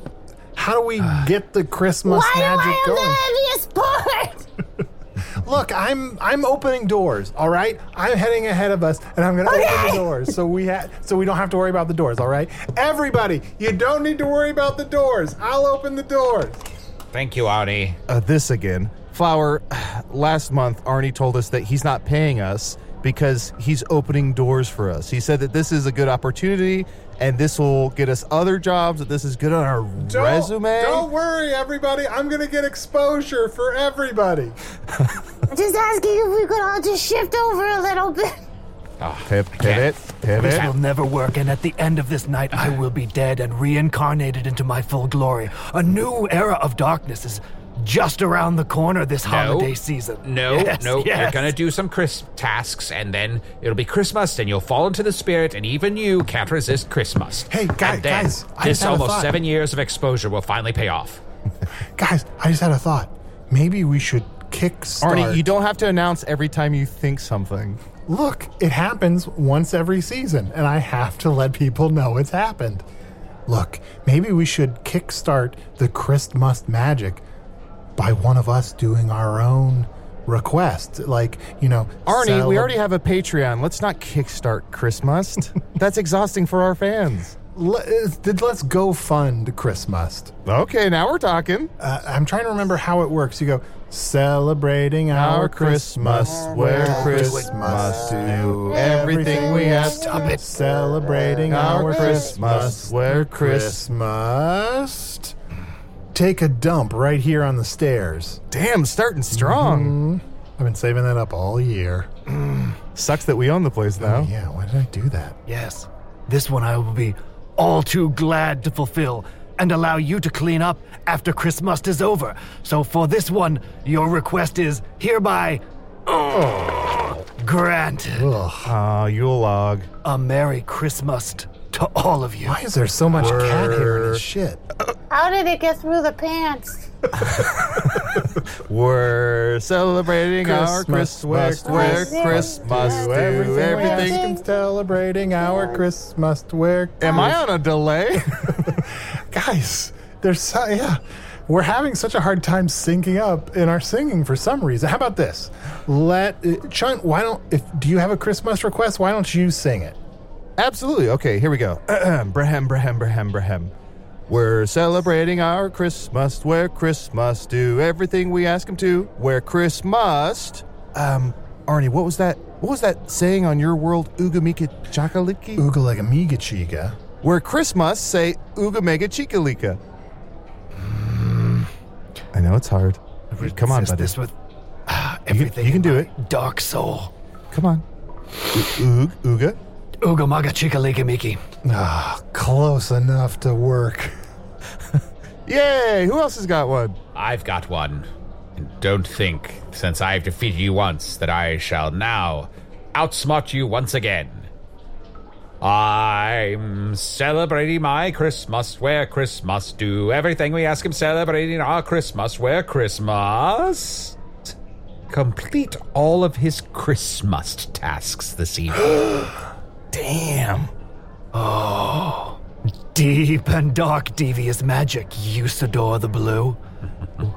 [SPEAKER 3] How do we get the Christmas
[SPEAKER 7] Why do
[SPEAKER 3] magic
[SPEAKER 7] I
[SPEAKER 3] going?
[SPEAKER 7] have the heaviest part?
[SPEAKER 3] Look, I'm I'm opening doors. All right, I'm heading ahead of us, and I'm going to open the doors so we ha- so we don't have to worry about the doors. All right, everybody, you don't need to worry about the doors. I'll open the doors.
[SPEAKER 6] Thank you, Arnie.
[SPEAKER 4] Uh, this again. Flower, last month, Arnie told us that he's not paying us because he's opening doors for us. He said that this is a good opportunity and this will get us other jobs, that this is good on our
[SPEAKER 3] Don't-
[SPEAKER 4] resume.
[SPEAKER 3] Don't worry, everybody. I'm going to get exposure for everybody.
[SPEAKER 7] I'm just asking if we could all just shift over a little bit.
[SPEAKER 4] Pivot, pivot,
[SPEAKER 13] This
[SPEAKER 4] pivot.
[SPEAKER 13] will never work, and at the end of this night, I will be dead and reincarnated into my full glory. A new era of darkness is just around the corner this holiday season.
[SPEAKER 6] No,
[SPEAKER 13] Yes,
[SPEAKER 6] no. You're
[SPEAKER 13] yes.
[SPEAKER 6] going to do some Chris tasks, and then it'll be Christmas, and you'll fall into the spirit, and even you can't resist Christmas.
[SPEAKER 3] Hey, guy-
[SPEAKER 6] And then
[SPEAKER 3] guys, I just
[SPEAKER 6] this
[SPEAKER 3] had a
[SPEAKER 6] almost
[SPEAKER 3] thought.
[SPEAKER 6] seven years of exposure will finally pay off.
[SPEAKER 3] Guys, I just had a thought. Maybe we should kick start.
[SPEAKER 4] Arnie, you don't have to announce every time you think something.
[SPEAKER 3] Look, it happens once every season, and I have to let people know it's happened. Look, maybe we should kickstart the Christmas magic by one of us doing our own request. Like, you know,
[SPEAKER 4] Arnie,
[SPEAKER 3] cele-
[SPEAKER 4] we already have a Patreon. Let's not kickstart Christmas. That's exhausting for our fans.
[SPEAKER 3] Le- uh, did- let's go fund Christmas.
[SPEAKER 4] Okay, now we're talking.
[SPEAKER 3] Uh, I'm trying to remember how it works. You go celebrating our,
[SPEAKER 4] Our
[SPEAKER 3] Christmas,
[SPEAKER 4] Christmas,
[SPEAKER 3] where
[SPEAKER 4] where
[SPEAKER 3] Christmas do everything we ask. Stop it! Celebrating
[SPEAKER 4] Our
[SPEAKER 3] our Christmas,
[SPEAKER 4] Christmas,
[SPEAKER 3] where
[SPEAKER 4] where
[SPEAKER 3] Christmas. Take a dump right here on the stairs. Mm-hmm.
[SPEAKER 4] Damn, starting strong.
[SPEAKER 3] I've been saving that up all year. Oh,
[SPEAKER 4] Sucks that we own the place now.
[SPEAKER 3] Yeah, why did I do that?
[SPEAKER 13] Yes, this one I will be all too glad to fulfill and allow you to clean up after Christmas is over. So for this one, your request is hereby granted.
[SPEAKER 4] Ah, Yule log.
[SPEAKER 13] A Merry Christmas to all of you.
[SPEAKER 3] Why is there so much cat hair in this shit?
[SPEAKER 7] How did it get through the pants?
[SPEAKER 4] We're celebrating our
[SPEAKER 3] Christmas,
[SPEAKER 4] Christmas, where
[SPEAKER 7] Christmas,
[SPEAKER 4] Christmas do everything.
[SPEAKER 3] Celebrating our Christmas, where
[SPEAKER 4] Am I on a delay?
[SPEAKER 3] guys, there's so, yeah, we're having such a hard time syncing up in our singing for some reason. How about this? Let uh, Chunt, why don't if do you have a Christmas request? Why don't you sing it?
[SPEAKER 4] Absolutely. Okay, here we go. Brahem, Brahem, Brahem, Brahem. We're celebrating our Christmas, where Christmas do everything we ask him to, where Christmas. Um, Arnie, what was that? What was that saying on your world, Ugamika Chakaliki?
[SPEAKER 3] Ooga like amiga chica.
[SPEAKER 4] Where Christmas say Ugamega Chikalika. I know it's hard. Come on,
[SPEAKER 13] Resist
[SPEAKER 4] buddy.
[SPEAKER 13] This with ah,
[SPEAKER 4] You
[SPEAKER 13] everything.
[SPEAKER 4] can, you can do it.
[SPEAKER 13] Dark soul.
[SPEAKER 4] Come on. Oog, Uga.
[SPEAKER 13] Uga maga chika lika miki.
[SPEAKER 3] Ah, close enough to work.
[SPEAKER 4] Yay! Who else has got one?
[SPEAKER 6] I've got one. And don't think, since I've defeated you once, that I shall now outsmart you once again. I'm celebrating my Christmas where Christmas do everything we ask him celebrating our Christmas where Christmas complete all of his Christmas tasks this evening.
[SPEAKER 4] Damn.
[SPEAKER 13] Oh. Deep and dark devious magic, Usador the Blue.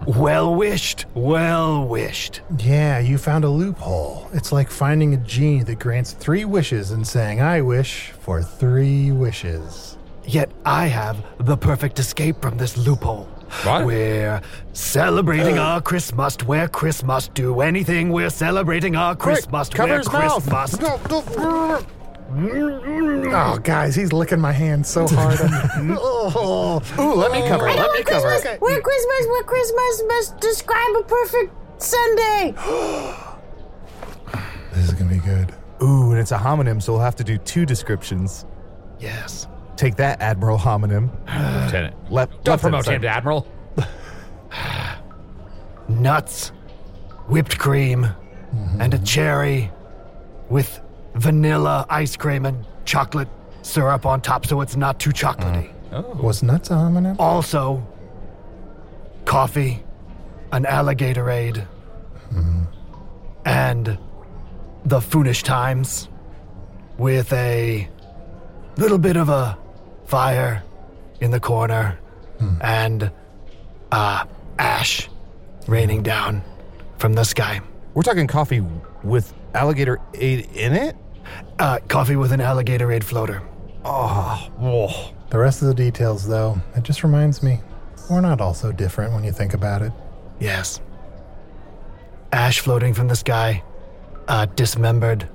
[SPEAKER 13] well wished. Well wished.
[SPEAKER 3] Yeah, you found a loophole. It's like finding a genie that grants three wishes and saying, I wish for three wishes.
[SPEAKER 13] Yet I have the perfect escape from this loophole.
[SPEAKER 3] What?
[SPEAKER 13] We're celebrating our Christmas where Christmas do anything. We're celebrating our Christmas
[SPEAKER 3] cover
[SPEAKER 13] where
[SPEAKER 3] his mouth.
[SPEAKER 13] Christmas.
[SPEAKER 3] Oh, guys, he's licking my hand so hard. oh. Ooh, let me cover.
[SPEAKER 7] I
[SPEAKER 3] it,
[SPEAKER 7] know
[SPEAKER 3] Let me
[SPEAKER 7] what
[SPEAKER 3] cover.
[SPEAKER 7] Christmas,
[SPEAKER 3] it.
[SPEAKER 7] Where Christmas, where Christmas must describe a perfect Sunday.
[SPEAKER 3] This is gonna be good.
[SPEAKER 4] Ooh, and it's a homonym, so we'll have to do two descriptions.
[SPEAKER 13] Yes.
[SPEAKER 4] Take that, Admiral Homonym.
[SPEAKER 6] Lieutenant.
[SPEAKER 13] Uh,
[SPEAKER 4] Lep-
[SPEAKER 6] Don't promote
[SPEAKER 4] sorry.
[SPEAKER 6] him to Admiral.
[SPEAKER 13] Nuts, whipped cream,
[SPEAKER 6] Mm-hmm.
[SPEAKER 13] and a cherry with vanilla ice cream and chocolate syrup on top so it's not too
[SPEAKER 6] Mm.
[SPEAKER 13] chocolatey.
[SPEAKER 3] Was nuts a homonym?
[SPEAKER 13] Also, coffee, an alligatorade, and the Foonish Times with a little bit of a fire in the corner
[SPEAKER 4] Hmm.
[SPEAKER 13] and uh, ash raining down from the sky.
[SPEAKER 4] Hmm. We're talking coffee with alligator aid in it?
[SPEAKER 13] Uh, coffee with an alligatorade floater.
[SPEAKER 4] Oh, whoa.
[SPEAKER 3] The rest of the details, though, it just reminds me we're not all so different when you think about it.
[SPEAKER 13] Yes. Ash floating from the sky, uh, dismembered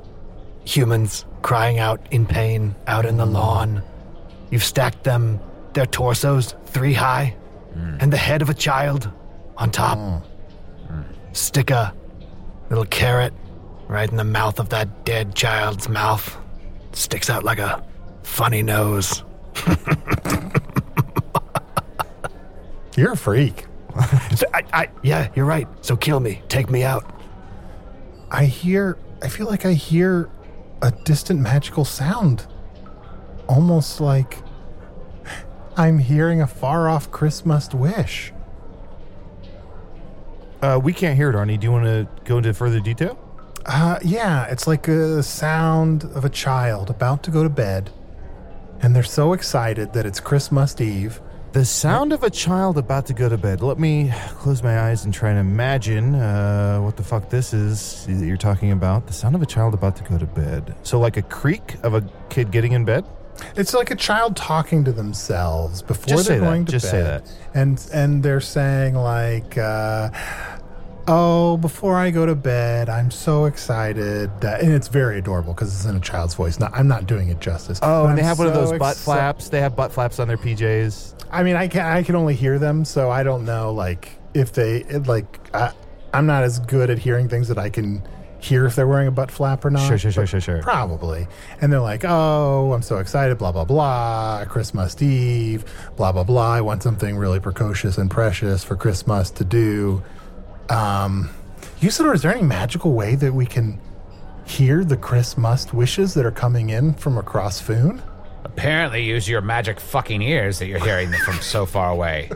[SPEAKER 13] humans crying out in pain out in the lawn. You've stacked them, their torsos three high, and the head of a child on top. Stick a little carrot right in the mouth of that dead child's mouth. Sticks out like a funny nose.
[SPEAKER 3] You're a freak.
[SPEAKER 13] So I, I, yeah, you're right. So kill me. Take me out.
[SPEAKER 3] I hear, I feel like I hear a distant magical sound. Almost like I'm hearing a far off Christmas wish.
[SPEAKER 4] Uh, we can't hear it, Arnie. Do you want to go into further detail?
[SPEAKER 3] Uh, yeah, it's like a sound of a child about to go to bed, and they're so excited that it's Christmas Eve.
[SPEAKER 4] The sound of a child about to go to bed. Let me close my eyes and try and imagine uh, what the fuck this is that you're talking about. The sound of a child about to go to bed. So, like a creak of a kid getting in bed?
[SPEAKER 3] It's like a child talking to themselves before
[SPEAKER 4] Just
[SPEAKER 3] they're
[SPEAKER 4] say that.
[SPEAKER 3] going to
[SPEAKER 4] Just
[SPEAKER 3] bed.
[SPEAKER 4] say that.
[SPEAKER 3] And and they're saying like, uh, "Oh, before I go to bed, I'm so excited." That, and it's very adorable because it's in a child's voice. Not, I'm not doing it justice.
[SPEAKER 4] Oh,
[SPEAKER 3] But
[SPEAKER 4] and they
[SPEAKER 3] I'm
[SPEAKER 4] have one of
[SPEAKER 3] so
[SPEAKER 4] those butt
[SPEAKER 3] exci-
[SPEAKER 4] flaps. They have butt flaps on their PJs.
[SPEAKER 3] I mean, I can I can only hear them, so I don't know like if they it, like I, I'm not as good at hearing things that I can hear if they're wearing a butt flap or not.
[SPEAKER 4] Sure, sure, sure,
[SPEAKER 3] but
[SPEAKER 4] sure, sure.
[SPEAKER 3] Probably. And they're like, "Oh, I'm so excited, blah blah blah, Christmas Eve, blah blah blah. I want something really precocious and precious for Christmas to do." Um, Usador, is there any magical way that we can hear the Christmas wishes that are coming in from across Foon?
[SPEAKER 6] Apparently, use your magic fucking ears that you're hearing them from so far away.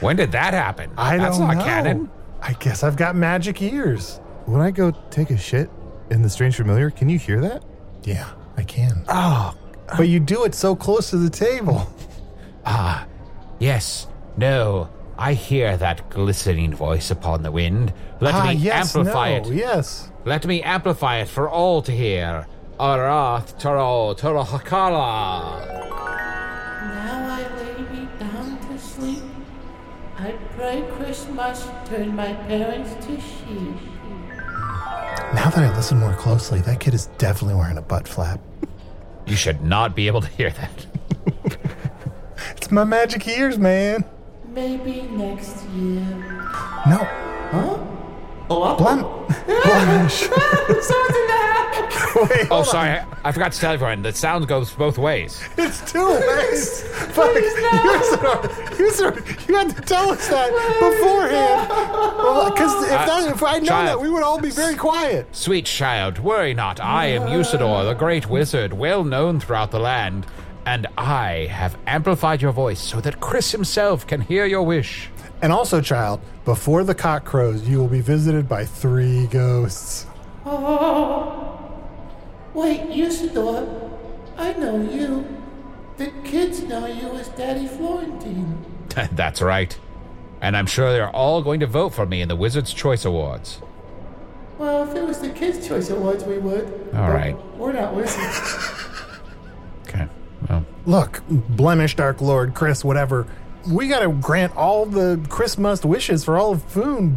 [SPEAKER 6] when did that happen?
[SPEAKER 3] I don't
[SPEAKER 6] That's not
[SPEAKER 3] know.
[SPEAKER 6] canon.
[SPEAKER 3] I guess I've got magic ears.
[SPEAKER 4] When I go take a shit in the strange familiar, can you hear that?
[SPEAKER 3] Yeah, I can.
[SPEAKER 4] Oh,
[SPEAKER 3] but you do it so close to the table.
[SPEAKER 6] Ah, yes. No. I hear that glistening voice upon the wind. Let
[SPEAKER 3] ah,
[SPEAKER 6] me
[SPEAKER 3] yes,
[SPEAKER 6] amplify
[SPEAKER 3] no,
[SPEAKER 6] it.
[SPEAKER 3] Yes.
[SPEAKER 6] Let me amplify it for all to hear. Arath Taro Toro Hakala.
[SPEAKER 14] Now I lay me down to sleep. I pray Christmas turn my parents to sheep.
[SPEAKER 3] Now that I listen more closely, that kid is definitely wearing a butt flap.
[SPEAKER 6] You should not be able to hear that.
[SPEAKER 3] It's my magic ears, man.
[SPEAKER 14] Maybe next year.
[SPEAKER 3] No.
[SPEAKER 14] Huh?
[SPEAKER 3] Hello? Blum. Blemish.
[SPEAKER 14] Someone's in the house!
[SPEAKER 6] oh, sorry. I, I forgot to tell everyone. The sound goes both ways.
[SPEAKER 3] It's two ways. Fuck. You, sir, you, sir, you had to tell us that beforehand. Because if,
[SPEAKER 6] Uh,
[SPEAKER 3] that, if I'd known
[SPEAKER 6] child.
[SPEAKER 3] that, we would all be very quiet.
[SPEAKER 6] Sweet child, worry not. I am Usador, the great wizard, well known throughout the land. And I have amplified your voice so that Chris himself can hear your wish.
[SPEAKER 3] And also, child, before the cock crows, you will be visited by three ghosts.
[SPEAKER 14] Oh. Wait, Usador, I know you. The kids know you as Daddy Florentine.
[SPEAKER 6] That's right. And I'm sure they're all going to vote for me in the Wizard's Choice Awards.
[SPEAKER 14] Well, if it was the Kids' Choice Awards, we would.
[SPEAKER 6] All right.
[SPEAKER 14] We're not listening.
[SPEAKER 3] Look, blemish, Dark Lord, Chris, whatever. We got to grant all the Christmas wishes for all of Foon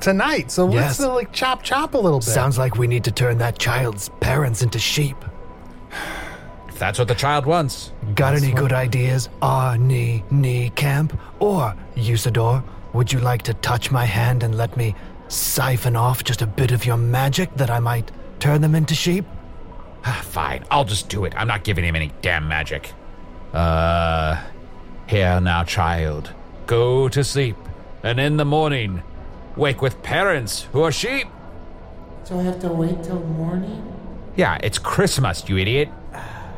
[SPEAKER 3] tonight. So
[SPEAKER 13] Yes.
[SPEAKER 3] let's uh, like chop chop a little bit.
[SPEAKER 13] Sounds like we need to turn that child's parents into sheep.
[SPEAKER 6] If that's what the child wants.
[SPEAKER 13] Got
[SPEAKER 6] That's
[SPEAKER 13] any
[SPEAKER 6] what-
[SPEAKER 13] good ideas, Arnie Knee Camp or Usador? Would you like to touch my hand and let me siphon off just a bit of your magic that I might turn them into sheep?
[SPEAKER 6] Ah, Fine, I'll just do it. I'm not giving him any damn magic. Uh, here now, child. Go to sleep, and in the morning, wake with parents who are sheep.
[SPEAKER 14] So I have to wait till morning?
[SPEAKER 6] Yeah, it's Christmas, you idiot.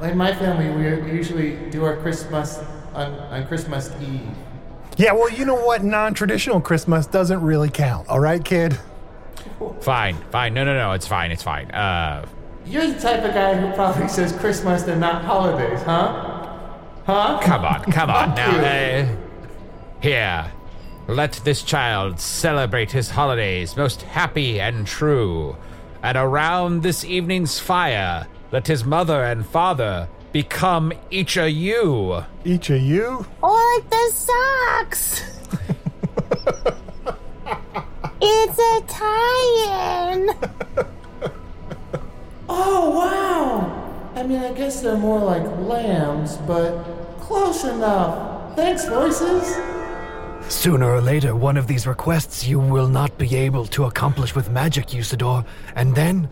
[SPEAKER 14] Like my family, we we usually do our Christmas on, on Christmas Eve.
[SPEAKER 3] yeah, well, you know what? Non traditional Christmas doesn't really count. All right, kid?
[SPEAKER 6] Fine, fine. No, no, no. It's fine. It's fine. Uh,
[SPEAKER 14] You're the type of guy who probably says Christmas and not holidays, huh? Huh?
[SPEAKER 6] come on, come on
[SPEAKER 14] Fuck
[SPEAKER 6] now.
[SPEAKER 14] you.
[SPEAKER 6] Uh, here, let this child celebrate his holidays most happy and true. And around this evening's fire, let his mother and father become each a you.
[SPEAKER 3] Each of you?
[SPEAKER 7] Oh, like the socks. it's a tie-in.
[SPEAKER 14] Oh, wow! I mean, I guess they're more like lambs, but close enough. Thanks, voices!
[SPEAKER 13] Sooner or later, one of these requests you will not be able to accomplish with magic, Usador, and then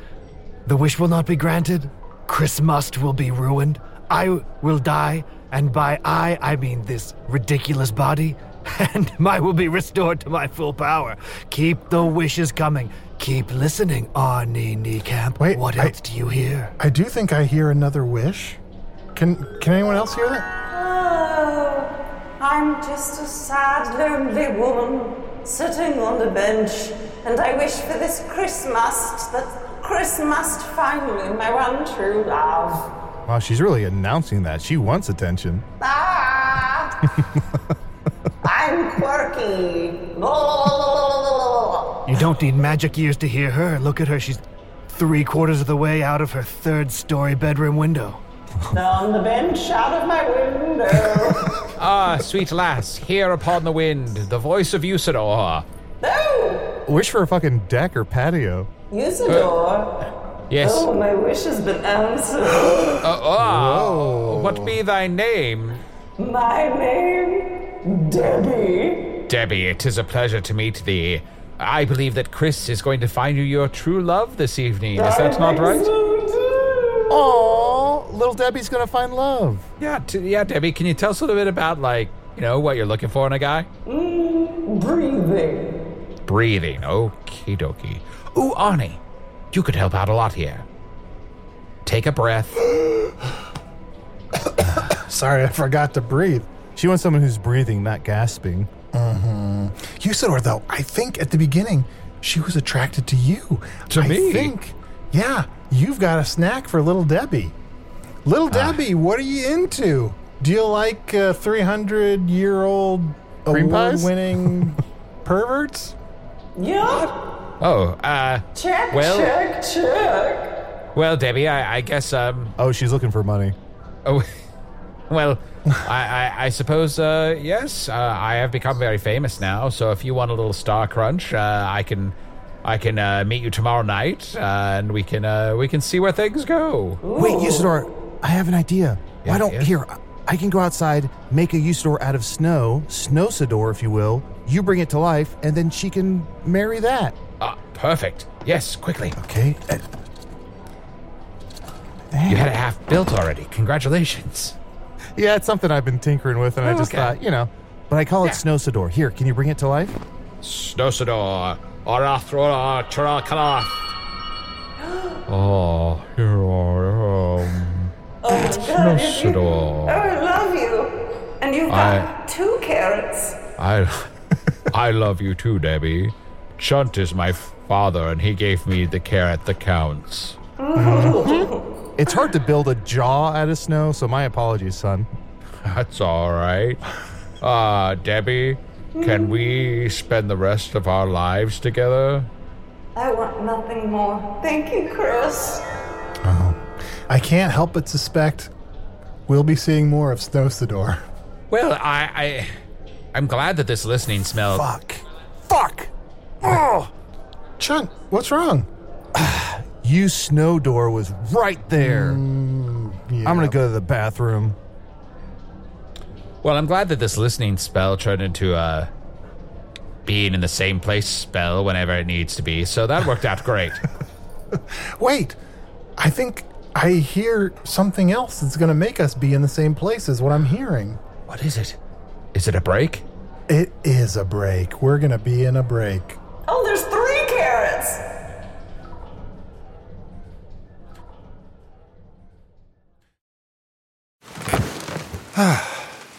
[SPEAKER 13] the wish will not be granted, Christmas will be ruined, I will die, and by I, I mean this ridiculous body, and my will be restored to my full power. Keep the wishes coming. Keep listening, Arnie Niekamp. Wait, what
[SPEAKER 3] I-
[SPEAKER 13] else do you hear?
[SPEAKER 3] I do think I hear another wish. Can Can anyone else hear that?
[SPEAKER 15] Oh, I'm just a sad, lonely woman sitting on a bench, and I wish for this Christmas that Christmas finally my one true love.
[SPEAKER 4] Wow, she's really announcing that. She wants attention.
[SPEAKER 15] Ah, I'm quirky.
[SPEAKER 13] You don't need magic ears to hear her. Look at her. She's three quarters of the way out of her third story bedroom window.
[SPEAKER 15] On the bench, out of my window.
[SPEAKER 6] Ah, sweet lass, here upon the wind, the voice of Usador.
[SPEAKER 4] Wish for a fucking deck or patio.
[SPEAKER 15] Usador.
[SPEAKER 6] Yes.
[SPEAKER 15] Oh, my wish has been answered.
[SPEAKER 6] Uh, oh, what be thy name?
[SPEAKER 15] my name, Debbie.
[SPEAKER 6] Debbie, it is a pleasure to meet thee. I believe that Chris is going to find you your true love this evening. Is that not right?
[SPEAKER 4] Oh, little Debbie's gonna find love.
[SPEAKER 6] Yeah, t- yeah, Debbie, can you tell us a little bit about, like, you know, what you're looking for in a guy?
[SPEAKER 15] Mm, breathing.
[SPEAKER 6] Breathing. Okie dokie. Ooh, Arnie, you could help out a lot here. Take a breath.
[SPEAKER 3] Sorry, I forgot to breathe.
[SPEAKER 4] She wants someone who's breathing, not gasping.
[SPEAKER 3] Mm-hmm. Usador, though, I think at the beginning she was attracted to you.
[SPEAKER 4] To
[SPEAKER 3] I
[SPEAKER 4] me?
[SPEAKER 3] think, yeah, you've got a snack for Little Debbie. Little
[SPEAKER 4] Ah.
[SPEAKER 3] Debbie, what are you into? Do you like uh, 300 year old
[SPEAKER 4] Cream
[SPEAKER 3] award
[SPEAKER 4] pies?
[SPEAKER 3] winning perverts?
[SPEAKER 15] Yeah.
[SPEAKER 6] Oh, uh,
[SPEAKER 15] Check,
[SPEAKER 6] Well-
[SPEAKER 15] check, check.
[SPEAKER 6] well, Debbie, I, I guess, um.
[SPEAKER 4] Oh, she's looking for money.
[SPEAKER 6] Oh, well, I, I, I suppose, uh, yes, uh, I have become very famous now, so if you want a little star crunch, uh, I can. I can uh, meet you tomorrow night, uh, and we can uh, we can see where things go.
[SPEAKER 4] Wait, Usador, I have an idea. Why don't here? I- I can go outside, make a Usador out of snow, Snowsador, if you will. You bring it to life, and then she can marry that.
[SPEAKER 6] Ah, perfect. Yes, quickly.
[SPEAKER 4] Okay.
[SPEAKER 6] You had it half built already. Congratulations.
[SPEAKER 4] Yeah, it's something I've been tinkering with, and I
[SPEAKER 6] Oh,
[SPEAKER 4] just
[SPEAKER 6] okay.
[SPEAKER 4] thought, you know. But I call it Snowsador. Here, can you bring it to life?
[SPEAKER 6] Snosador, Orathrora, Churakala. Oh, here I am.
[SPEAKER 15] Oh, my God. Izzy. Oh,
[SPEAKER 6] Snosador.
[SPEAKER 15] I love you. And you've got two carrots.
[SPEAKER 6] I, I love you too, Debbie. Chunt is my father, and he gave me the carrot that counts.
[SPEAKER 4] It's hard to build a jaw out of snow, so my apologies, son.
[SPEAKER 6] That's all right. Ah, Debbie, Can we spend the rest of our lives together?
[SPEAKER 15] I want nothing more. Thank you, Chris.
[SPEAKER 3] I can't help but suspect we'll be seeing more of Snowsador.
[SPEAKER 6] Well, I, I I'm glad that this listening smell.
[SPEAKER 3] Fuck. Fuck! Oh! Chunk, what's wrong?
[SPEAKER 4] You snow door was right there.
[SPEAKER 3] Mm,
[SPEAKER 4] I'm gonna go to the bathroom.
[SPEAKER 6] Well, I'm glad that this listening spell turned into a being in the same place spell whenever it needs to be. So that worked out great.
[SPEAKER 3] Wait, I think I hear something else that's going to make us be in the same place as what I'm hearing.
[SPEAKER 6] What is it? Is it a break?
[SPEAKER 3] It is a break. We're going to be in a break.
[SPEAKER 15] Oh, there's three carrots.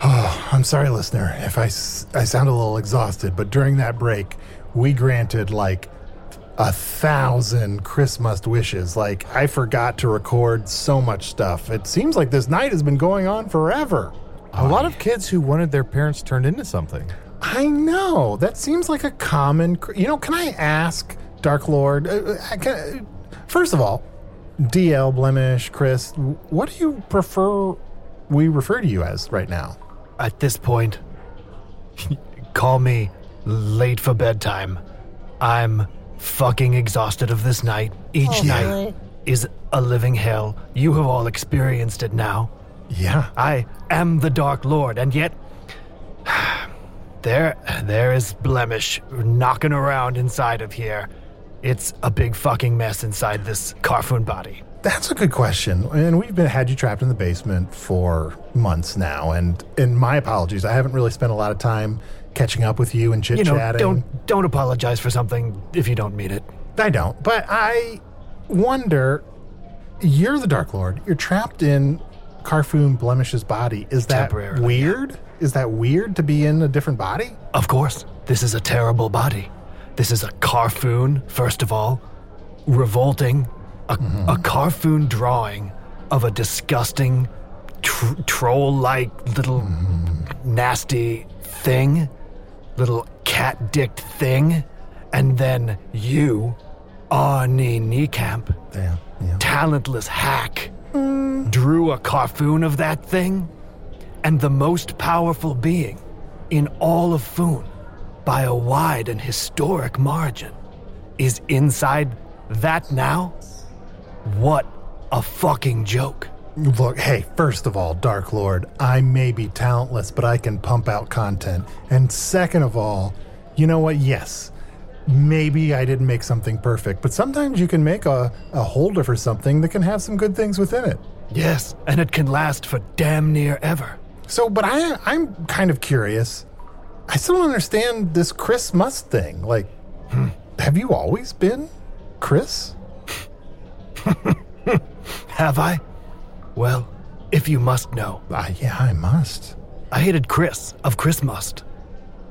[SPEAKER 3] Oh, I'm sorry, listener, if I, s- I sound a little exhausted, but during that break, we granted like a thousand Christmas wishes. Like, I forgot to record so much stuff. It seems like this night has been going on forever.
[SPEAKER 4] A lot of kids who wanted their parents turned into something.
[SPEAKER 3] I know. That seems like a common. cr- You know, can I ask, Dark Lord? Uh, uh, can, first of all, DL Blemish, Chris, what do you prefer we refer to you as right now?
[SPEAKER 13] At this point, Call me late for bedtime. I'm fucking exhausted of this night. Each
[SPEAKER 3] Oh,
[SPEAKER 13] night
[SPEAKER 3] really?
[SPEAKER 13] is a living hell. You have all experienced it now.
[SPEAKER 3] Yeah.
[SPEAKER 13] I am the Dark Lord, and yet there there is blemish knocking around inside of here. It's a big fucking mess inside this Carfoon body.
[SPEAKER 3] That's a good question. And we've been had you trapped in the basement for months now. And and my apologies, I haven't really spent a lot of time catching up with you and chit
[SPEAKER 13] You
[SPEAKER 3] chatting.
[SPEAKER 13] know, don't don't apologize for something if you don't mean it.
[SPEAKER 3] I don't. But I wonder you're the Dark Lord. You're trapped in Carfoon Blemish's body. Is that
[SPEAKER 13] Temporarily,
[SPEAKER 3] weird? Is that weird to be in a different body?
[SPEAKER 13] Of course, this is a terrible body. This is a Carfoon, first of all. Revolting. A, a Carfoon drawing of a disgusting, tr- troll like little nasty thing, little cat dicked thing. And then you, ah, Arnie Niekamp,
[SPEAKER 3] Damn,
[SPEAKER 13] talentless hack, drew a Carfoon of that thing and the most powerful being in all of Foon by a wide and historic margin is inside that now? What a fucking joke.
[SPEAKER 3] Look, hey, first of all, Dark Lord, I may be talentless, but I can pump out content. And second of all, you know what? Yes, maybe I didn't make something perfect, but sometimes you can make a, a holder for something that can have some good things within it.
[SPEAKER 13] Yes, and it can last for damn near ever.
[SPEAKER 3] So, but I, I'm kind of curious. I still don't understand this Chris Must thing. Like,
[SPEAKER 13] Hmm.
[SPEAKER 3] have you always been Chris?
[SPEAKER 13] Have I? Well, if you must know.
[SPEAKER 3] yeah, I must.
[SPEAKER 13] I hated Chris of Chris Must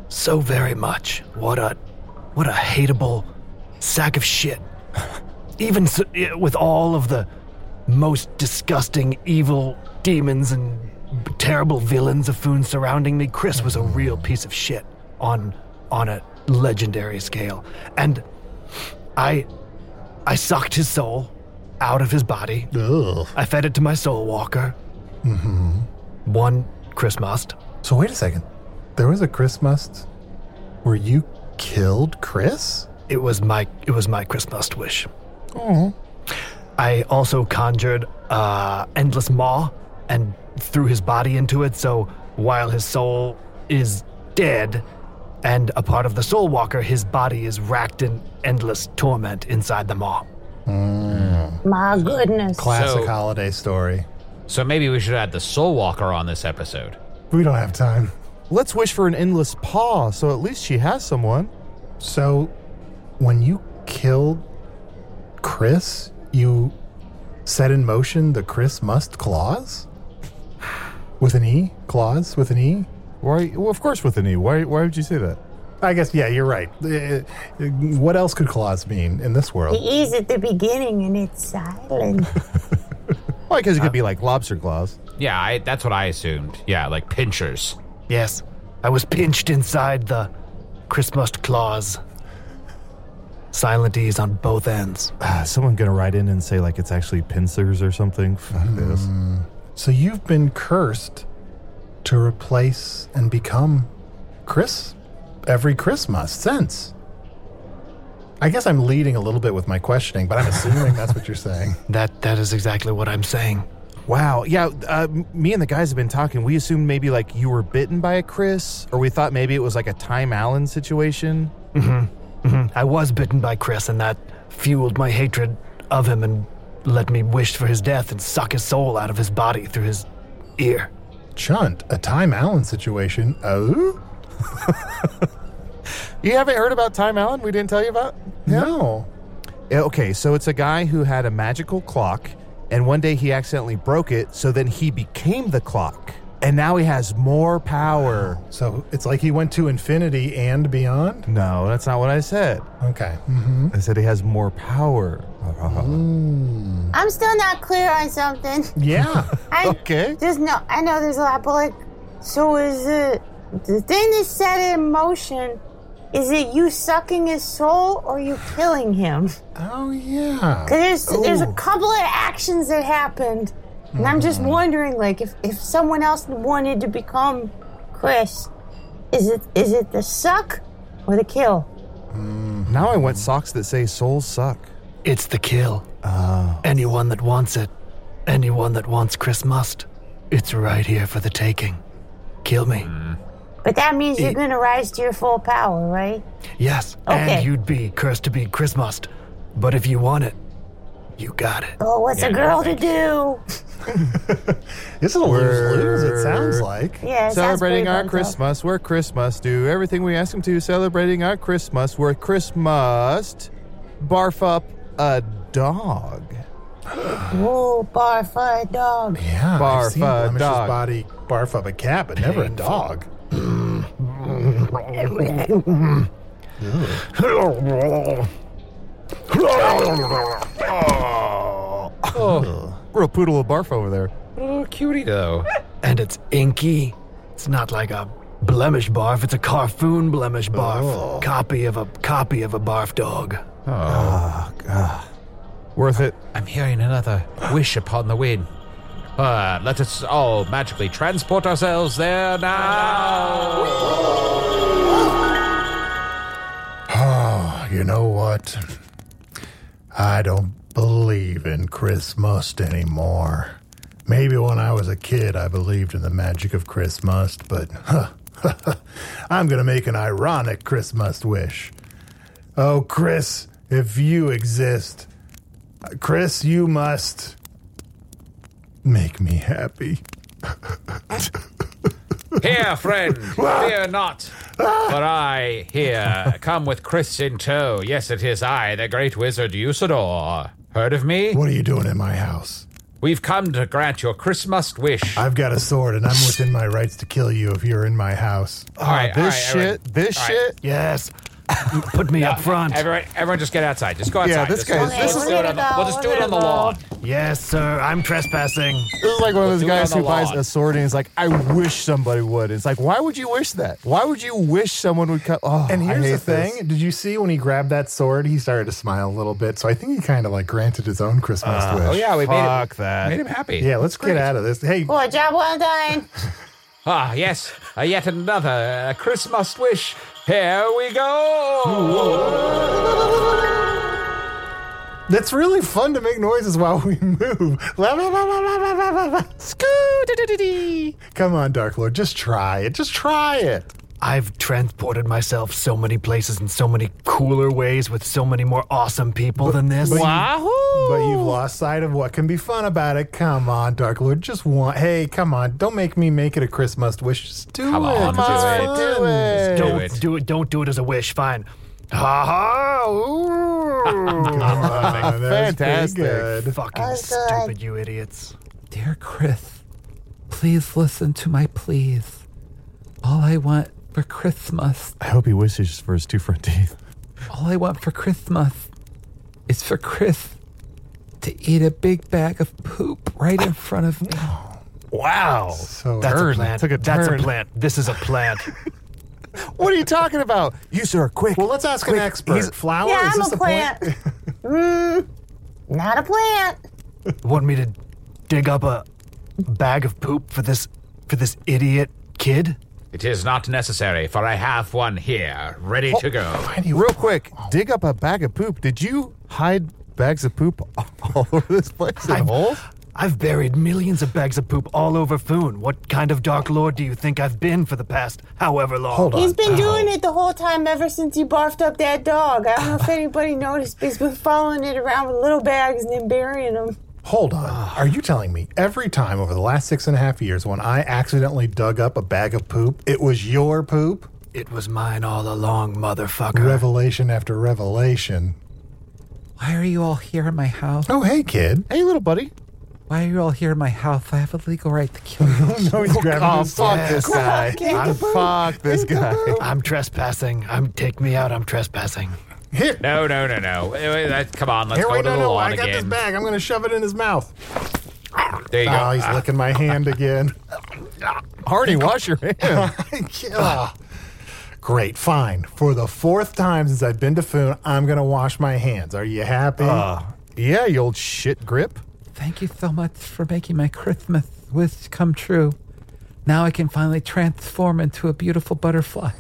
[SPEAKER 13] so very much. What a what a hateable sack of shit. Even so, eh, with all of the most disgusting evil demons and b- terrible villains of Foon surrounding me, Chris was a
[SPEAKER 3] Mm.
[SPEAKER 13] real piece of shit on on a legendary scale. And I I sucked his soul out of his body.
[SPEAKER 3] Ugh. Mm-hmm.
[SPEAKER 13] I fed it to my soul walker. One Chris Must.
[SPEAKER 3] So wait a second. There was a Chris Must where you killed Chris?
[SPEAKER 13] It was my it was my Chris Must wish.
[SPEAKER 3] Oh.
[SPEAKER 13] I also conjured uh, Endless Maw and threw his body into it. So while his soul is dead and a part of the Soul Walker, his body is racked in endless torment inside the maw.
[SPEAKER 3] Hmm.
[SPEAKER 7] My goodness.
[SPEAKER 3] Classic holiday story.
[SPEAKER 6] So maybe we should add the Soul Walker on this episode.
[SPEAKER 3] We don't have time.
[SPEAKER 14] Let's wish for an endless paw, so at least she has someone.
[SPEAKER 3] So, when you killed Chris, you set in motion the Chris Must clause? With an E? Clause with an E?
[SPEAKER 14] Why? Well, of course, with an E. Why? Why would you say that?
[SPEAKER 3] I guess yeah, you're right. Uh, uh, What else could clause mean in this
[SPEAKER 7] The
[SPEAKER 3] world?
[SPEAKER 7] E's at the beginning and it's uh, silent.
[SPEAKER 14] Well, because it could be like lobster claws.
[SPEAKER 6] Yeah, I, that's what I assumed. Yeah, like pinchers.
[SPEAKER 13] Yes, I was pinched inside the Christmas claws. Silent E, E's on both ends.
[SPEAKER 3] Uh,
[SPEAKER 14] Ah, someone gonna write in and say like it's actually pincers or something. Fuck this.
[SPEAKER 3] Mm. So you've been cursed to replace and become Chris every Christmas since. I guess I'm leading a little bit with my questioning, but I'm assuming that's what you're saying.
[SPEAKER 13] That that is exactly what I'm saying.
[SPEAKER 14] Wow. Yeah. Uh, m- me and the guys have been talking. We assumed maybe like you were bitten by a Chris, or we thought maybe it was like a Time Allen situation.
[SPEAKER 13] Mm-hmm. Mm-hmm. I was bitten by Chris, and that fueled my hatred of him and let me wish for his death and suck his soul out of his body through his ear.
[SPEAKER 3] Chunt, a Time Allen situation. Oh?
[SPEAKER 14] You haven't heard about Time Allen? We didn't tell you about?
[SPEAKER 3] No.
[SPEAKER 14] Yeah, Okay, so it's a guy who had a magical clock, and one day he accidentally broke it, so then he became the clock. And now he has more power.
[SPEAKER 3] So it's like he went to infinity and beyond?
[SPEAKER 14] No, that's not what I said.
[SPEAKER 3] Okay. Mm-hmm. Mm.
[SPEAKER 14] I said he has more power.
[SPEAKER 7] I'm still not clear on something.
[SPEAKER 3] Yeah.
[SPEAKER 7] I,
[SPEAKER 14] okay.
[SPEAKER 7] There's no, I know there's a lot, but like, so is it the thing that set in motion? Is it you sucking his soul or you killing him?
[SPEAKER 3] Oh yeah.
[SPEAKER 7] 'Cause there's there's a couple of actions that happened, and I'm just wondering, like, if if someone else wanted to become Chris, is it is it the suck or the kill?
[SPEAKER 14] Now I want socks that say souls suck. Oh.
[SPEAKER 13] It's the kill. Anyone that wants it, anyone that wants Chris must. It's right here for the taking. Kill me.
[SPEAKER 14] Mm.
[SPEAKER 7] But that means you're gonna rise to your full power, right?
[SPEAKER 13] Yes,
[SPEAKER 7] Okay.
[SPEAKER 13] and you'd be cursed to be Chris must. But if you want it, you got it.
[SPEAKER 7] Oh, what's
[SPEAKER 13] Yeah,
[SPEAKER 7] a
[SPEAKER 13] no,
[SPEAKER 7] girl to do?
[SPEAKER 3] This is a lose lose, it sounds like.
[SPEAKER 7] Yeah, it sounds
[SPEAKER 14] celebrating
[SPEAKER 7] pretty
[SPEAKER 14] our
[SPEAKER 7] fucked up.
[SPEAKER 14] Christmas, we're Christmas. Do everything we ask him to. Celebrating our Christmas, we're Christmas. Barf up a dog.
[SPEAKER 7] Whoa, barf a dog.
[SPEAKER 3] Yeah.
[SPEAKER 14] Barf
[SPEAKER 3] I've seen
[SPEAKER 14] a
[SPEAKER 3] Blemish's
[SPEAKER 14] dog.
[SPEAKER 3] body barf up a cat, but never a dog.
[SPEAKER 14] Oh, real poodle of barf over there.
[SPEAKER 6] Little cutie though.
[SPEAKER 13] And it's inky. It's not like a blemish barf, it's a carfoon blemish barf.
[SPEAKER 14] Oh.
[SPEAKER 13] Copy of a copy of a barf dog.
[SPEAKER 14] Oh, Worth it.
[SPEAKER 6] I'm hearing another wish upon the wind. Uh, let us all magically transport ourselves there now.
[SPEAKER 3] Oh, you know what? I don't believe in Chris Must anymore. Maybe when I was a kid, I believed in the magic of Chris Must, but huh, I'm going to make an ironic Chris Must wish. Oh, Chris, if you exist, Chris, you must make me happy.
[SPEAKER 6] Here, friend, fear not, for I here come with Chris in tow. Yes, it is I, the great wizard Usador. Heard of me?
[SPEAKER 3] What are you doing in my house?
[SPEAKER 6] We've come to grant your Christmas wish.
[SPEAKER 3] I've got a sword, and I'm within my rights to kill you if you're in my house.
[SPEAKER 6] All right, all
[SPEAKER 14] this
[SPEAKER 6] right,
[SPEAKER 14] shit.
[SPEAKER 6] everyone.
[SPEAKER 14] This
[SPEAKER 6] All right.
[SPEAKER 14] shit.
[SPEAKER 13] Yes. Put me up front.
[SPEAKER 6] Everyone, everyone, just get outside. Just go outside.
[SPEAKER 14] Yeah, this
[SPEAKER 6] Just-
[SPEAKER 14] guy is-
[SPEAKER 6] we'll
[SPEAKER 14] this
[SPEAKER 6] just
[SPEAKER 14] is-
[SPEAKER 6] do it on the- We'll just do it on the lawn.
[SPEAKER 13] Yes, sir. I'm trespassing.
[SPEAKER 14] This is like one of those
[SPEAKER 6] Do it
[SPEAKER 14] guys
[SPEAKER 6] on
[SPEAKER 14] who
[SPEAKER 6] the
[SPEAKER 14] buys
[SPEAKER 6] lawn.
[SPEAKER 14] a sword and is like, I wish somebody would. It's like, why would you wish that? Why would you wish someone would cut? Oh,
[SPEAKER 3] And
[SPEAKER 14] I
[SPEAKER 3] here's the
[SPEAKER 14] hate this.
[SPEAKER 3] thing: Did you see when he grabbed that sword? He started to smile a little bit, so I think he kind of like granted his own Christmas wish.
[SPEAKER 6] Oh yeah, we made
[SPEAKER 14] Ah, Fuck
[SPEAKER 6] it.
[SPEAKER 14] that.
[SPEAKER 6] Made him happy.
[SPEAKER 3] yeah. Let's get out of this. Hey,
[SPEAKER 7] Boy, job well done.
[SPEAKER 6] Ah, yes, uh, yet another uh, Christmas wish. Here we go.
[SPEAKER 3] That's really fun to make noises while we move. La, la, la, la, la, la, la, la, la. Scoo-doo-doo-doo-dee. Come on, Dark Lord, just try it. Just try it.
[SPEAKER 13] I've transported myself so many places in so many cooler ways with so many more awesome people than this.
[SPEAKER 3] But you- but you've lost sight of what can be fun about it. Come on, Dark Lord, just one. Hey, come on, don't make me make it a Christmas wish. Just do
[SPEAKER 6] Come
[SPEAKER 3] it.
[SPEAKER 6] on, do it.
[SPEAKER 3] It's fun.
[SPEAKER 6] Do it.
[SPEAKER 13] Don't
[SPEAKER 6] it.
[SPEAKER 13] do it. Don't do it as a wish. Fine. Ha ha!
[SPEAKER 3] Ooh. Fantastic.
[SPEAKER 13] Fucking stupid, you idiots.
[SPEAKER 16] Dear Krith, please listen to my pleas. All I want for Christmas,
[SPEAKER 5] I hope he wishes for his two front teeth.
[SPEAKER 16] all I want for Christmas is for Chris to eat a big bag of poop right in front of me.
[SPEAKER 13] Wow. that's a
[SPEAKER 5] turn.
[SPEAKER 13] plant.
[SPEAKER 5] Took a
[SPEAKER 13] that's
[SPEAKER 5] turn.
[SPEAKER 13] a plant. This is a plant.
[SPEAKER 5] What are you talking about? You, sir, quick. Well,
[SPEAKER 3] let's ask
[SPEAKER 5] quick.
[SPEAKER 3] an expert.
[SPEAKER 5] He's-
[SPEAKER 3] Flower?
[SPEAKER 7] yeah,
[SPEAKER 3] is
[SPEAKER 7] I'm
[SPEAKER 3] this
[SPEAKER 7] a
[SPEAKER 3] the point?
[SPEAKER 7] plant. mm, not a plant.
[SPEAKER 13] Want me to dig up a bag of poop for this for this idiot kid?
[SPEAKER 6] It is not necessary, for I have one here, ready to
[SPEAKER 16] Oh,
[SPEAKER 6] go.
[SPEAKER 5] Real quick,
[SPEAKER 3] Oh.
[SPEAKER 5] dig up a bag of poop. Did you hide bags of poop all over this place in holes?
[SPEAKER 13] I've buried millions of bags of poop all over Foon. What kind of dark lord do you think I've been for the past however long? Oh.
[SPEAKER 7] He's been doing it the whole time ever since he barfed up that dog. I don't know if anybody noticed, but he's been following it around with little bags and then burying them.
[SPEAKER 3] Hold on. Are you telling me every time over the last six and a half years when I accidentally dug up a bag of poop, it was your poop?
[SPEAKER 13] It was mine all along, motherfucker.
[SPEAKER 3] Revelation after revelation.
[SPEAKER 16] Why are you all here in my house?
[SPEAKER 3] Oh, hey, kid.
[SPEAKER 5] Hey, little buddy.
[SPEAKER 16] Why are you all here in my house? I have a legal right to kill you.
[SPEAKER 3] no, he's grabbing
[SPEAKER 5] Oh, fuck this guy. I'm fuck this guy.
[SPEAKER 13] I'm trespassing. I'm take me out. I'm trespassing.
[SPEAKER 3] Here.
[SPEAKER 6] No, no, no, no. Wait, wait, that- come on, let's
[SPEAKER 3] Here,
[SPEAKER 6] go
[SPEAKER 3] wait,
[SPEAKER 6] to
[SPEAKER 3] no,
[SPEAKER 6] the
[SPEAKER 3] no,
[SPEAKER 6] lawn
[SPEAKER 3] I got this
[SPEAKER 6] again.
[SPEAKER 3] bag. I'm going to shove it in his mouth.
[SPEAKER 6] There you
[SPEAKER 3] oh,
[SPEAKER 6] go.
[SPEAKER 3] he's
[SPEAKER 6] Ah.
[SPEAKER 3] licking my hand again.
[SPEAKER 5] Hardy, wash your hands.
[SPEAKER 3] Ah. Great, fine. For the fourth time since I've been to Foon, I'm going to wash my hands. Are you happy?
[SPEAKER 5] Uh, yeah, you old shit grip.
[SPEAKER 16] Thank you so much for making my Christmas wish come true. Now I can finally transform into a beautiful butterfly.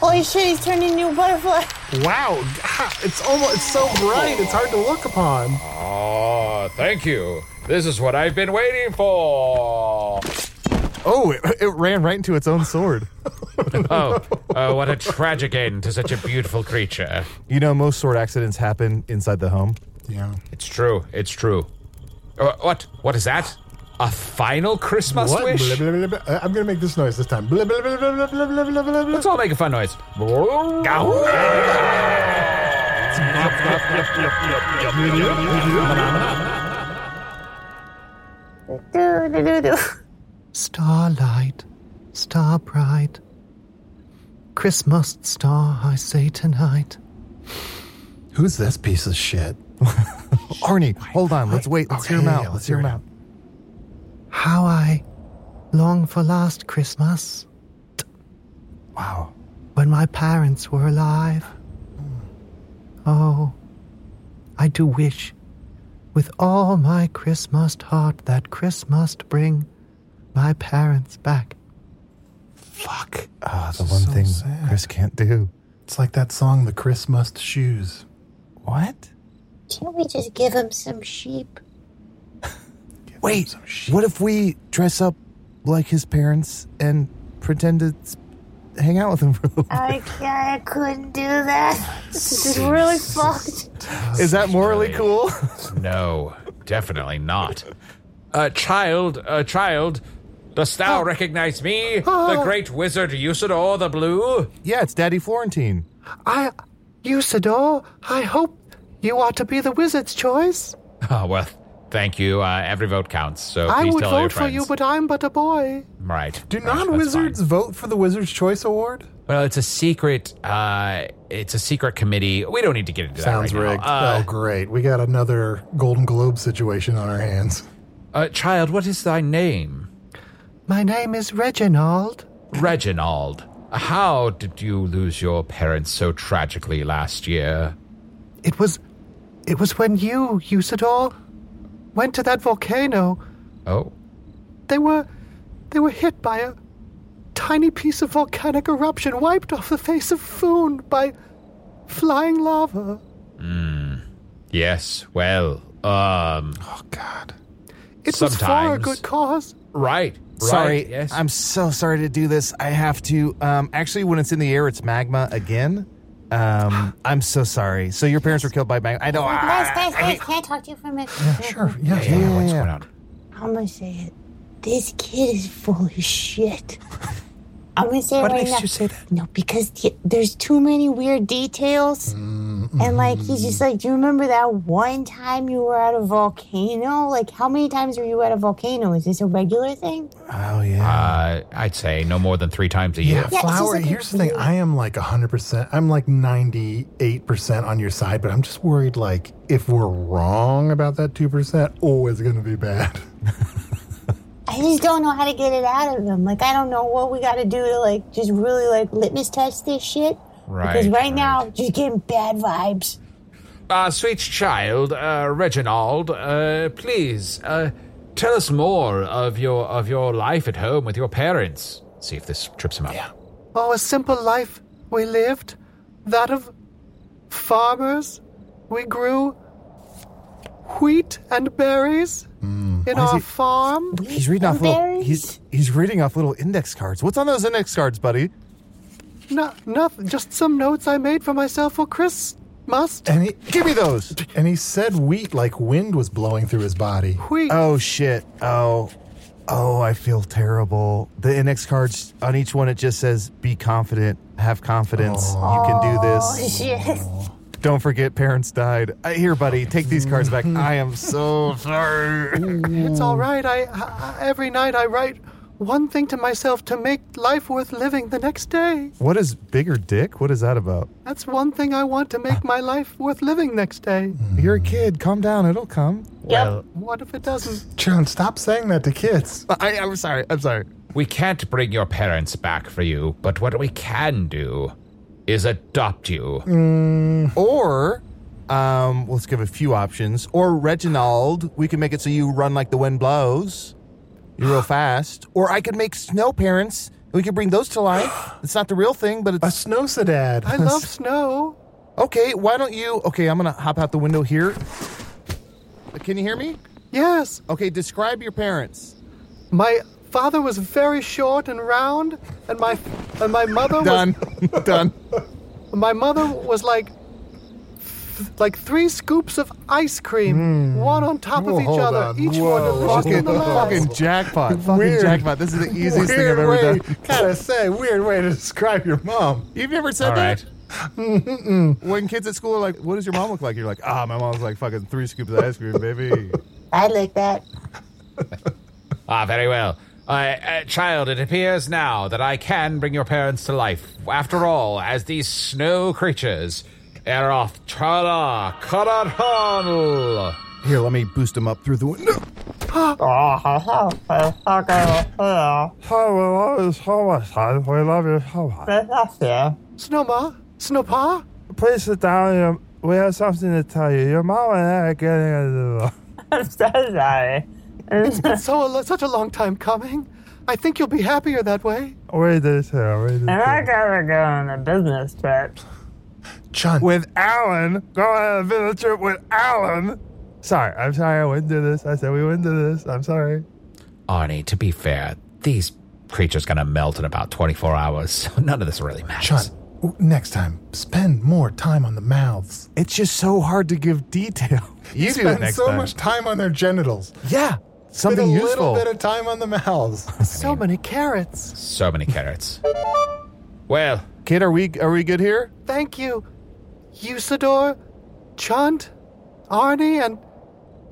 [SPEAKER 7] Holy shit, he's turned into a butterfly.
[SPEAKER 3] Wow, God, it's almost it's so bright. It's hard to look upon.
[SPEAKER 6] Oh, thank you. This is what I've been waiting for.
[SPEAKER 5] Oh, it, it ran right into its own sword.
[SPEAKER 6] Oh, oh, what a tragic end to such a beautiful creature.
[SPEAKER 5] You know, most sword accidents happen inside the home.
[SPEAKER 3] Yeah.
[SPEAKER 6] It's true. It's true. Uh, What? What is that? A final Christmas
[SPEAKER 3] What?
[SPEAKER 6] wish?
[SPEAKER 3] Blah, blah, blah, blah. Uh, I'm going to make this noise this time. Blah, blah, blah, blah, blah, blah, blah, blah, blah, blah.
[SPEAKER 6] Let's all make a fun noise.
[SPEAKER 13] Starlight, star bright, Christmas star I say tonight.
[SPEAKER 3] Who's this piece of shit?
[SPEAKER 5] Arnie, hold on. Let's wait. Let's hear him
[SPEAKER 13] Okay, yeah,
[SPEAKER 5] out. Let's
[SPEAKER 13] let's
[SPEAKER 5] hear him
[SPEAKER 13] hear it
[SPEAKER 5] out.
[SPEAKER 13] How I long for last Christmas
[SPEAKER 5] Wow.
[SPEAKER 13] when my parents were alive. Oh, I do wish with all my Christmas heart that Christmas bring my parents back.
[SPEAKER 3] Fuck.
[SPEAKER 5] Ah, the one thing Chris can't do.
[SPEAKER 3] It's like that song, The Chris Must Shoes.
[SPEAKER 5] What?
[SPEAKER 7] Can't we just give him some sheep?
[SPEAKER 5] Wait, what if we dress up like his parents and pretend to s- hang out with him for a little
[SPEAKER 7] I, I couldn't do that. This is really fucked.
[SPEAKER 5] Is that morally cool?
[SPEAKER 6] No, definitely not. Uh, child, uh, child, dost thou recognize me, the great wizard Usador the Blue?
[SPEAKER 5] yeah, it's Daddy Florentine.
[SPEAKER 13] I, Usador, I hope you are to be the wizard's choice.
[SPEAKER 6] Oh, well, thank you. Uh, every vote counts, so
[SPEAKER 13] I
[SPEAKER 6] please
[SPEAKER 13] would
[SPEAKER 6] tell all your
[SPEAKER 13] vote for
[SPEAKER 6] friends.
[SPEAKER 13] you, but I'm but a boy.
[SPEAKER 6] Right.
[SPEAKER 3] Do
[SPEAKER 6] right, that's
[SPEAKER 3] non wizards vote for the Wizard's Choice Award?
[SPEAKER 6] fine. Well, it's a secret. Uh, it's a secret committee. We don't need to get into
[SPEAKER 3] Sounds
[SPEAKER 6] that right
[SPEAKER 3] rigged.
[SPEAKER 6] now. Uh,
[SPEAKER 3] oh, great. We got another Golden Globe situation on our hands.
[SPEAKER 6] uh, child, what is thy name?
[SPEAKER 13] My name is Reginald.
[SPEAKER 6] Reginald. How did you lose your parents so tragically last year?
[SPEAKER 13] It was, it was when you, Usador, went to that volcano.
[SPEAKER 6] Oh,
[SPEAKER 13] They were,
[SPEAKER 4] They were hit by a tiny piece of volcanic eruption wiped off the face of Foon by flying lava.
[SPEAKER 6] Yes, well, um. Oh,
[SPEAKER 17] God.
[SPEAKER 4] It was for a
[SPEAKER 6] Sometimes.
[SPEAKER 4] good cause.
[SPEAKER 6] Right.
[SPEAKER 3] Sorry,
[SPEAKER 6] Right, yes.
[SPEAKER 3] I'm so sorry to do this. I have to. Um, actually, when it's in the air, it's magma again. Um, I'm so sorry. So your parents were killed by magma. I know.
[SPEAKER 7] guys,
[SPEAKER 3] ah,
[SPEAKER 7] guys,
[SPEAKER 3] I
[SPEAKER 7] guys,
[SPEAKER 3] hate-
[SPEAKER 7] can I talk to you for a minute?
[SPEAKER 3] sure. Yeah, yeah, yeah, what's going on?
[SPEAKER 7] I'm gonna say it. This kid is full of shit. I'm gonna say
[SPEAKER 8] What
[SPEAKER 7] it right
[SPEAKER 8] makes
[SPEAKER 7] now.
[SPEAKER 8] you
[SPEAKER 7] say that? No, because the- there's too many weird details, and like he's just like, do you remember that one time you were at a volcano? Like, how many times were you at a volcano? Is this a regular thing?
[SPEAKER 3] Oh yeah.
[SPEAKER 6] Uh, I'd say no more than three times a year.
[SPEAKER 14] Yeah, Flower, here's the thing. I am like 100%. I'm like 98% on your side, but I'm just worried like if we're wrong about that 2%, oh, it's going to be bad.
[SPEAKER 7] I just don't know how to get it out of him. Like, I don't know what we got to do to like just really like litmus test this shit. Because
[SPEAKER 6] Right,
[SPEAKER 7] right, now, just getting bad vibes.
[SPEAKER 6] Ah, sweet child, uh, Reginald, uh, please uh, tell us more of your of your life at home with your parents. See if this trips him up.
[SPEAKER 4] Oh, a simple life we lived, that of farmers. We grew wheat and berries in
[SPEAKER 3] Mm. why is
[SPEAKER 4] our
[SPEAKER 3] he-
[SPEAKER 4] farm.
[SPEAKER 3] He's reading off little. He's he's reading off little index cards. What's on those index cards, buddy?
[SPEAKER 4] No, nothing. Just some notes I made for myself for Christmas.
[SPEAKER 14] And he,
[SPEAKER 3] Give me those.
[SPEAKER 14] And he said wheat like wind was blowing through his body.
[SPEAKER 4] Wheat.
[SPEAKER 3] Oh shit. Oh. Oh, I feel terrible. The index cards on each one it just says be confident, have confidence, you can do
[SPEAKER 15] Oh,
[SPEAKER 3] this.
[SPEAKER 7] Shit.
[SPEAKER 3] Don't forget parents died. Uh, Here, buddy, take these cards back. I am so
[SPEAKER 4] It's
[SPEAKER 3] Oh, sorry.
[SPEAKER 4] all right. I, I every night I write one thing to myself to make life worth living the next day.
[SPEAKER 3] What is bigger dick? What is that about?
[SPEAKER 4] That's one thing I want to make my life worth living next day.
[SPEAKER 3] You're a Ah. kid. Calm down. It'll come.
[SPEAKER 4] Well, what if it doesn't?
[SPEAKER 14] John, stop saying that to kids.
[SPEAKER 3] I, I'm sorry. I'm sorry.
[SPEAKER 6] We can't bring your parents back for you, but what we can do is adopt you.
[SPEAKER 3] Or, um, let's give a few options. Or Reginald, we can make it so you run like the wind blows. You're real fast. Or I could make snow parents. We could bring those to life. It's not the real thing, but it's a
[SPEAKER 14] snow sedad.
[SPEAKER 4] I love snow.
[SPEAKER 3] Okay, why don't you? Okay, I'm gonna hop out the window here. Can you hear me?
[SPEAKER 4] Yes.
[SPEAKER 3] Okay, describe your parents.
[SPEAKER 4] My father was very short and round, and my and my mother
[SPEAKER 3] Done. Done.
[SPEAKER 4] was my mother was like th- like three scoops of ice cream, one on top
[SPEAKER 3] Hmm.
[SPEAKER 4] of
[SPEAKER 3] Whoa,
[SPEAKER 4] each
[SPEAKER 3] hold
[SPEAKER 4] other,
[SPEAKER 3] on.
[SPEAKER 4] each one
[SPEAKER 3] Whoa.
[SPEAKER 4] is longer than the last.
[SPEAKER 3] Fucking jackpot. Fucking
[SPEAKER 14] Weird.
[SPEAKER 3] jackpot. This is the easiest thing I've
[SPEAKER 14] Weird
[SPEAKER 3] ever
[SPEAKER 14] way-
[SPEAKER 3] done.
[SPEAKER 14] Gotta say, weird way to describe your mom.
[SPEAKER 3] You've never said
[SPEAKER 14] All
[SPEAKER 3] that? when kids at school are like, what does your mom look like? You're like, ah, my mom's like fucking three scoops of ice cream, baby.
[SPEAKER 7] I like that.
[SPEAKER 6] Ah, very well. I, uh, child, it appears now that I can bring your parents to life. After all, as these snow creatures, Eroth Tala Karadhanl.
[SPEAKER 3] Here, let me boost him up through the window.
[SPEAKER 18] We love you so much.
[SPEAKER 4] Snowma, Snowpa,
[SPEAKER 18] Please sit down. Your, we have something to tell you. Your mom and I are getting a
[SPEAKER 4] I'm so sorry. it's been so lo- such a long time coming. I think you'll be happier that way.
[SPEAKER 18] We do too. We do
[SPEAKER 4] And I
[SPEAKER 18] too.
[SPEAKER 4] gotta
[SPEAKER 18] go on a business trip.
[SPEAKER 14] John.
[SPEAKER 18] With Alan. Go on a business trip with Alan. Sorry. I'm sorry. I wouldn't do this. I said we wouldn't do this. I'm sorry.
[SPEAKER 6] Arnie, to be fair, these creatures gonna melt in about 24 hours, so none of this really matters.
[SPEAKER 14] John, w- next time, spend more time on the mouths.
[SPEAKER 3] It's just so hard to give detail. You do it
[SPEAKER 14] spend
[SPEAKER 3] next
[SPEAKER 14] so
[SPEAKER 3] time.
[SPEAKER 14] much time on their genitals.
[SPEAKER 3] Yeah, something
[SPEAKER 14] spend a
[SPEAKER 3] useful.
[SPEAKER 14] little bit of time on the mouths.
[SPEAKER 4] So many carrots.
[SPEAKER 6] So many carrots. well,
[SPEAKER 3] kid, are we are we good here?
[SPEAKER 4] Thank you, Usador, Chunt, Arnie, and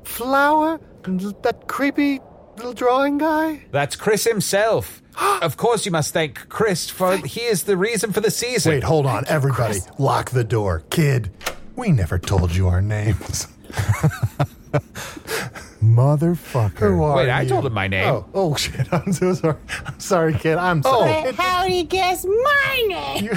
[SPEAKER 4] Flower, and l- that creepy little drawing guy.
[SPEAKER 6] That's Chris himself. of course, you must thank Chris for he is the reason for the season.
[SPEAKER 14] Wait, hold on, everybody. Lock the door. Kid, we never told you our names.
[SPEAKER 3] Motherfucker.
[SPEAKER 14] Who are
[SPEAKER 6] Wait, I
[SPEAKER 14] you?
[SPEAKER 6] told him my name.
[SPEAKER 14] Oh, oh, shit. I'm so sorry. I'm sorry, kid. I'm
[SPEAKER 4] Oh,
[SPEAKER 14] sorry.
[SPEAKER 13] Oh.
[SPEAKER 7] But how do you guess my name?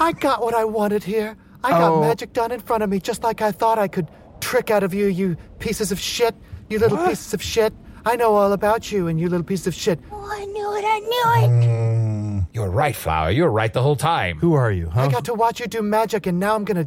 [SPEAKER 4] I got what I wanted here. I got
[SPEAKER 14] Oh.
[SPEAKER 4] magic done in front of me, just like I thought I could trick out of you, you pieces of shit, you little pieces of shit.
[SPEAKER 13] I know all about you and you little piece of shit.
[SPEAKER 7] Oh, I knew it. I knew it.
[SPEAKER 6] You were right, Flower. You were right the whole time.
[SPEAKER 14] Who are you,
[SPEAKER 13] I got to watch you do magic, and now I'm gonna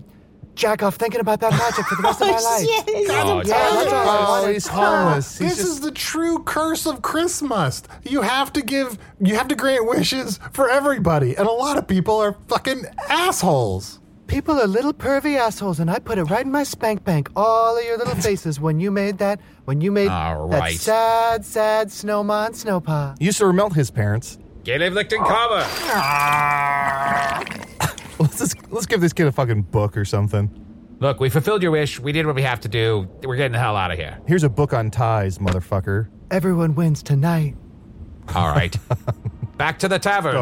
[SPEAKER 13] jack off thinking about that magic for the rest of
[SPEAKER 3] Oh,
[SPEAKER 4] Oh,
[SPEAKER 13] my life.
[SPEAKER 14] Oh,
[SPEAKER 6] God.
[SPEAKER 13] Yeah, that's all I wanted.
[SPEAKER 14] he's harmless. He's
[SPEAKER 3] this
[SPEAKER 14] just-
[SPEAKER 3] is the true curse of Christmas. You have to give, you have to grant wishes for everybody, and a lot of people are fucking assholes.
[SPEAKER 13] People are little pervy assholes, and I put it right in my spank bank. All of your little faces when you made that, when you made
[SPEAKER 14] All
[SPEAKER 13] that
[SPEAKER 14] right.
[SPEAKER 13] sad, sad snowman snowpa.
[SPEAKER 14] used to melt his parents.
[SPEAKER 6] Caleb Lichtenkammer.
[SPEAKER 14] Ah. Let's just, let's give this kid a fucking book or something.
[SPEAKER 6] Look, we fulfilled your wish. We did what we have to do. We're getting the hell out of here.
[SPEAKER 14] Here's a book on ties, motherfucker.
[SPEAKER 13] Everyone wins tonight.
[SPEAKER 6] All right. Back to the tavern.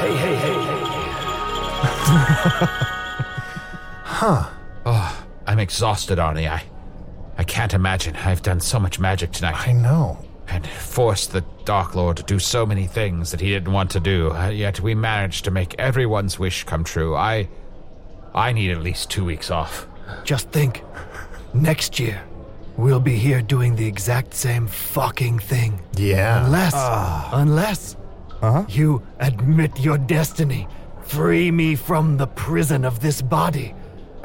[SPEAKER 13] Hey, hey, hey, hey.
[SPEAKER 6] Oh. Huh. Oh, I'm exhausted, Arnie. I, I can't imagine. I've done so much magic tonight. I
[SPEAKER 3] know.
[SPEAKER 6] And forced the Dark Lord to do so many things that he didn't want to do. Uh, Yet we managed to make everyone's wish come true. I, I need at least two weeks off.
[SPEAKER 13] Just think, next year we'll be here doing the exact same fucking thing.
[SPEAKER 3] Yeah.
[SPEAKER 13] Unless,
[SPEAKER 3] Ah. Uh-huh.
[SPEAKER 13] unless you admit your destiny, free me from the prison of this body,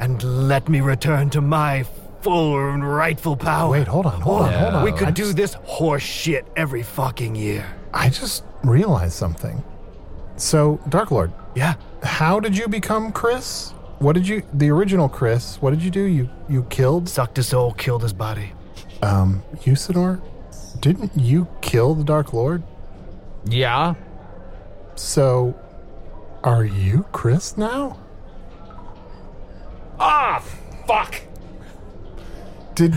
[SPEAKER 13] and let me return to my full and rightful power.
[SPEAKER 3] Wait, hold on, hold on, hold on.
[SPEAKER 13] We could
[SPEAKER 3] I
[SPEAKER 13] do this horse shit every fucking year.
[SPEAKER 3] I just realized something. So, Dark Lord.
[SPEAKER 13] Yeah.
[SPEAKER 3] How did you become Chris? What did you the original Chris, what did you do? You you killed
[SPEAKER 13] sucked his soul, killed his body.
[SPEAKER 3] Um, Usador, didn't you kill the Dark Lord?
[SPEAKER 6] Yeah.
[SPEAKER 3] So are you Chris now?
[SPEAKER 6] Ah, fuck.
[SPEAKER 3] Did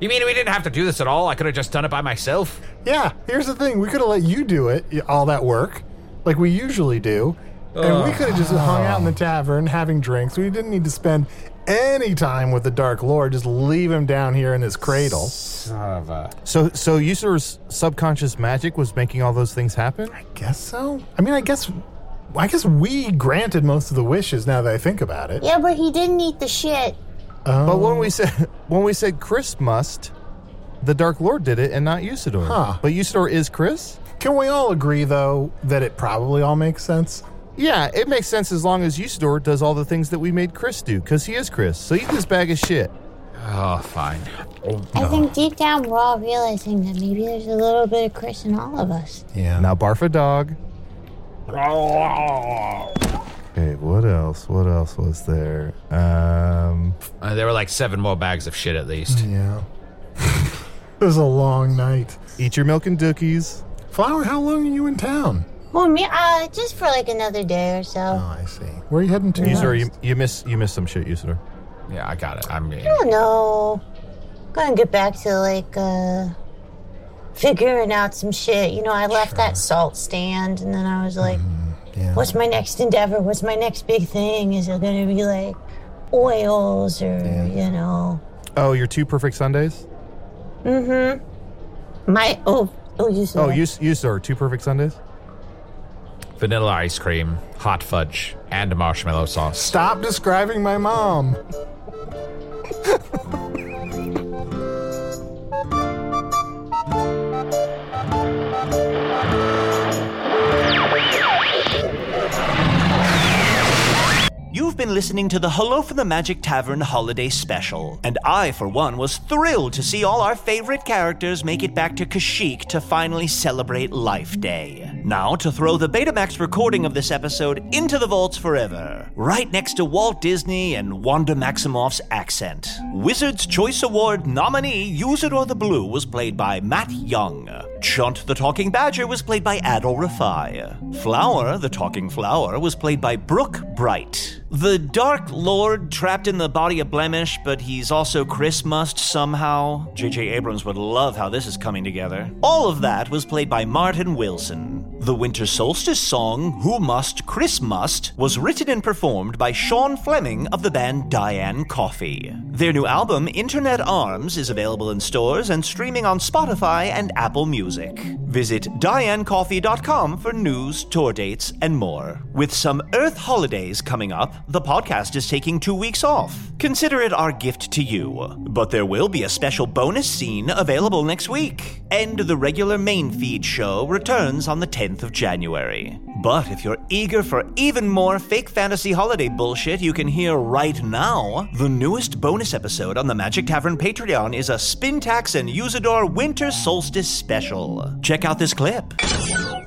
[SPEAKER 6] you mean we didn't have to do this at all? I could have just done it by myself.
[SPEAKER 3] Yeah, here's the thing. We could have let you do it, y- all that work, like we usually do. And we
[SPEAKER 6] Ugh.
[SPEAKER 3] could have just hung out in
[SPEAKER 6] Oh.
[SPEAKER 3] the tavern having drinks. We didn't need to spend any time with the Dark Lord. Just leave him down here in his cradle.
[SPEAKER 6] Son of a.
[SPEAKER 14] So so Usur's subconscious magic was making all those things happen. I
[SPEAKER 3] guess so. I mean, I guess, I guess we granted most of the wishes. Now that I think about it. Oh.
[SPEAKER 7] Yeah, but he didn't eat the shit.
[SPEAKER 14] But when we said when we said Chris must, the Dark Lord did it and not Usador.
[SPEAKER 3] Huh.
[SPEAKER 14] But Usador is Chris.
[SPEAKER 3] Can we all agree though that it probably all makes sense?
[SPEAKER 14] Yeah, it makes sense as long as Usador does all the things that we made Chris do, because he is Chris. So eat this bag of shit. Oh,
[SPEAKER 6] Oh, fine.
[SPEAKER 7] I think deep down we're all realizing that maybe there's a little bit of Chris in all of us.
[SPEAKER 14] Yeah. Now barf a dog. Okay, what else? What else was there? Um,
[SPEAKER 6] Uh, there were like seven more bags of shit at least.
[SPEAKER 3] Yeah. It was a long night.
[SPEAKER 14] Eat your milk and dookies.
[SPEAKER 3] Flower, how long are you in town?
[SPEAKER 7] Well, me, uh, just for like another day or so.
[SPEAKER 3] Oh, I see. Where are you heading to?
[SPEAKER 14] Usador,
[SPEAKER 3] next?
[SPEAKER 14] you, you miss you miss some shit, Usador.
[SPEAKER 6] Yeah, I got it. I'm.
[SPEAKER 7] I don't know. Gonna get back to like uh figuring out some shit. You know, I left that salt stand and then I was like,
[SPEAKER 3] Mm-hmm.
[SPEAKER 7] what's my next endeavor? What's my next big thing? Is it gonna be like oils or you know?
[SPEAKER 14] Oh, your two perfect Sundays.
[SPEAKER 7] Mm-hmm. My oh oh you saw
[SPEAKER 14] Oh, Us- Usador, two perfect Sundays.
[SPEAKER 6] Vanilla ice cream, hot fudge, and marshmallow sauce.
[SPEAKER 3] Stop describing my mom.
[SPEAKER 1] You've been listening to the Hello from the Magic Tavern holiday special, and I, for one, was thrilled to see all our favorite characters make it back to Kashyyyk to finally celebrate Life Day. Now, to throw the Betamax recording of this episode into the vaults forever, right next to Walt Disney and Wanda Maximoff's accent. Wizard's Choice Award nominee Use It or the Blue was played by Matt Young. Chunt the Talking Badger was played by Adol Rafai. Flower the Talking Flower was played by Brooke Bright. The Dark Lord trapped in the body of Blemish, but he's also Chris Must somehow. J.J. Abrams would love how this is coming together. All of that was played by Martin Wilson. The winter solstice song Who Must Chris Must was written and performed by Sean Fleming of the band Diane Coffee. Their new album Internet Arms is available in stores and streaming on Spotify and Apple Music. Visit dianecoffee.com for news, tour dates, and more. With some Earth holidays coming up, the podcast is taking two weeks off. Consider it our gift to you. But there will be a special bonus scene available next week. And the regular main feed show returns on the 10th of January. But if you're eager for even more fake fantasy holiday bullshit you can hear right now, the newest bonus episode on the Magic Tavern Patreon is a Spintax and Usador Winter Solstice special. Check out this clip.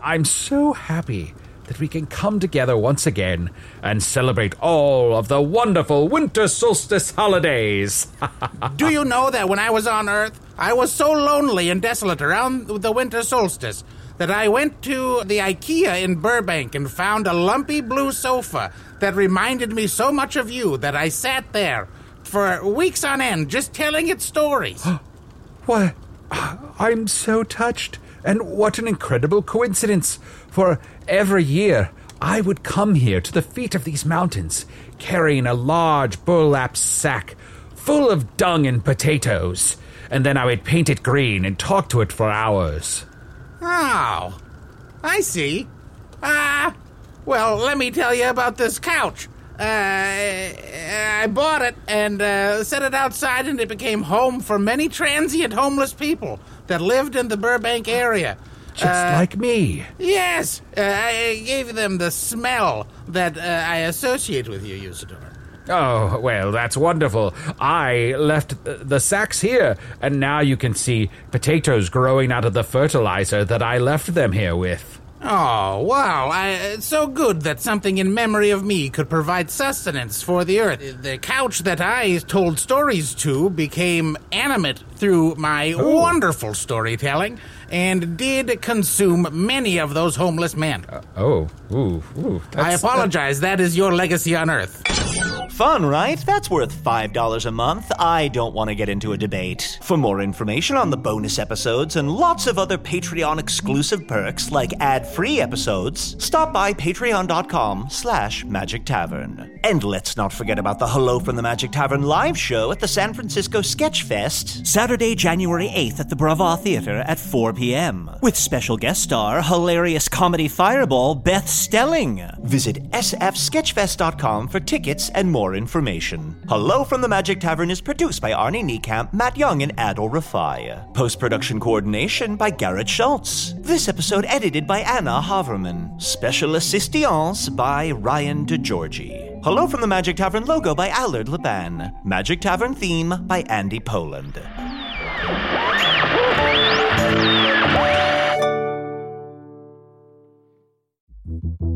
[SPEAKER 6] I'm so happy that we can come together once again and celebrate all of the wonderful winter solstice holidays.
[SPEAKER 19] Do you know that when I was on Earth, I was so lonely and desolate around the winter solstice that I went to the IKEA in Burbank and found a lumpy blue sofa that reminded me so much of you that I sat there for weeks on end just telling its stories.
[SPEAKER 6] Why, I'm so touched. And what an incredible coincidence! For every year, I would come here to the feet of these mountains, carrying a large burlap sack full of dung and potatoes, and then I would paint it green and talk to it for hours.
[SPEAKER 19] Oh, I see. Ah, well, let me tell you about this couch. Uh, I bought it and uh, set it outside, and it became home for many transient homeless people that lived in the Burbank area. Uh,
[SPEAKER 6] Just like me.
[SPEAKER 19] Yes, uh, I gave them the smell that uh, I associate with you, Usador.
[SPEAKER 6] Oh, well, that's wonderful. I left th- the sacks here, and now you can see potatoes growing out of the fertilizer that I left them here with.
[SPEAKER 19] Oh, wow. I, it's so good that something in memory of me could provide sustenance for the earth. The couch that I told stories to became animate through my wonderful storytelling and did consume many of those homeless men.
[SPEAKER 6] Oh, ooh, ooh.
[SPEAKER 19] I
[SPEAKER 6] that's- uh,
[SPEAKER 19] apologize. that is your legacy on Earth.
[SPEAKER 1] Fun, right? That's worth $5 a month. I don't want to get into a debate. For more information on the bonus episodes and lots of other Patreon exclusive perks like ad-free episodes, stop by patreon.com slash magic tavern. And let's not forget about the Hello from the Magic Tavern live show at the San Francisco Sketch Fest, Saturday, January 8th at the Brava Theater at 4 p.m. with special guest star, hilarious comedy fireball Beth Stelling. Visit sfsketchfest.com for tickets and more information. Hello from the Magic Tavern is produced by Arnie Niekamp, Matt Young, and Adol Rafai. Post production coordination by Garrett Schultz. This episode edited by Anna Haverman. Special assistance by Ryan DeGiorgi. Hello from the Magic Tavern logo by Allard Leban. Magic Tavern theme by Andy Poland.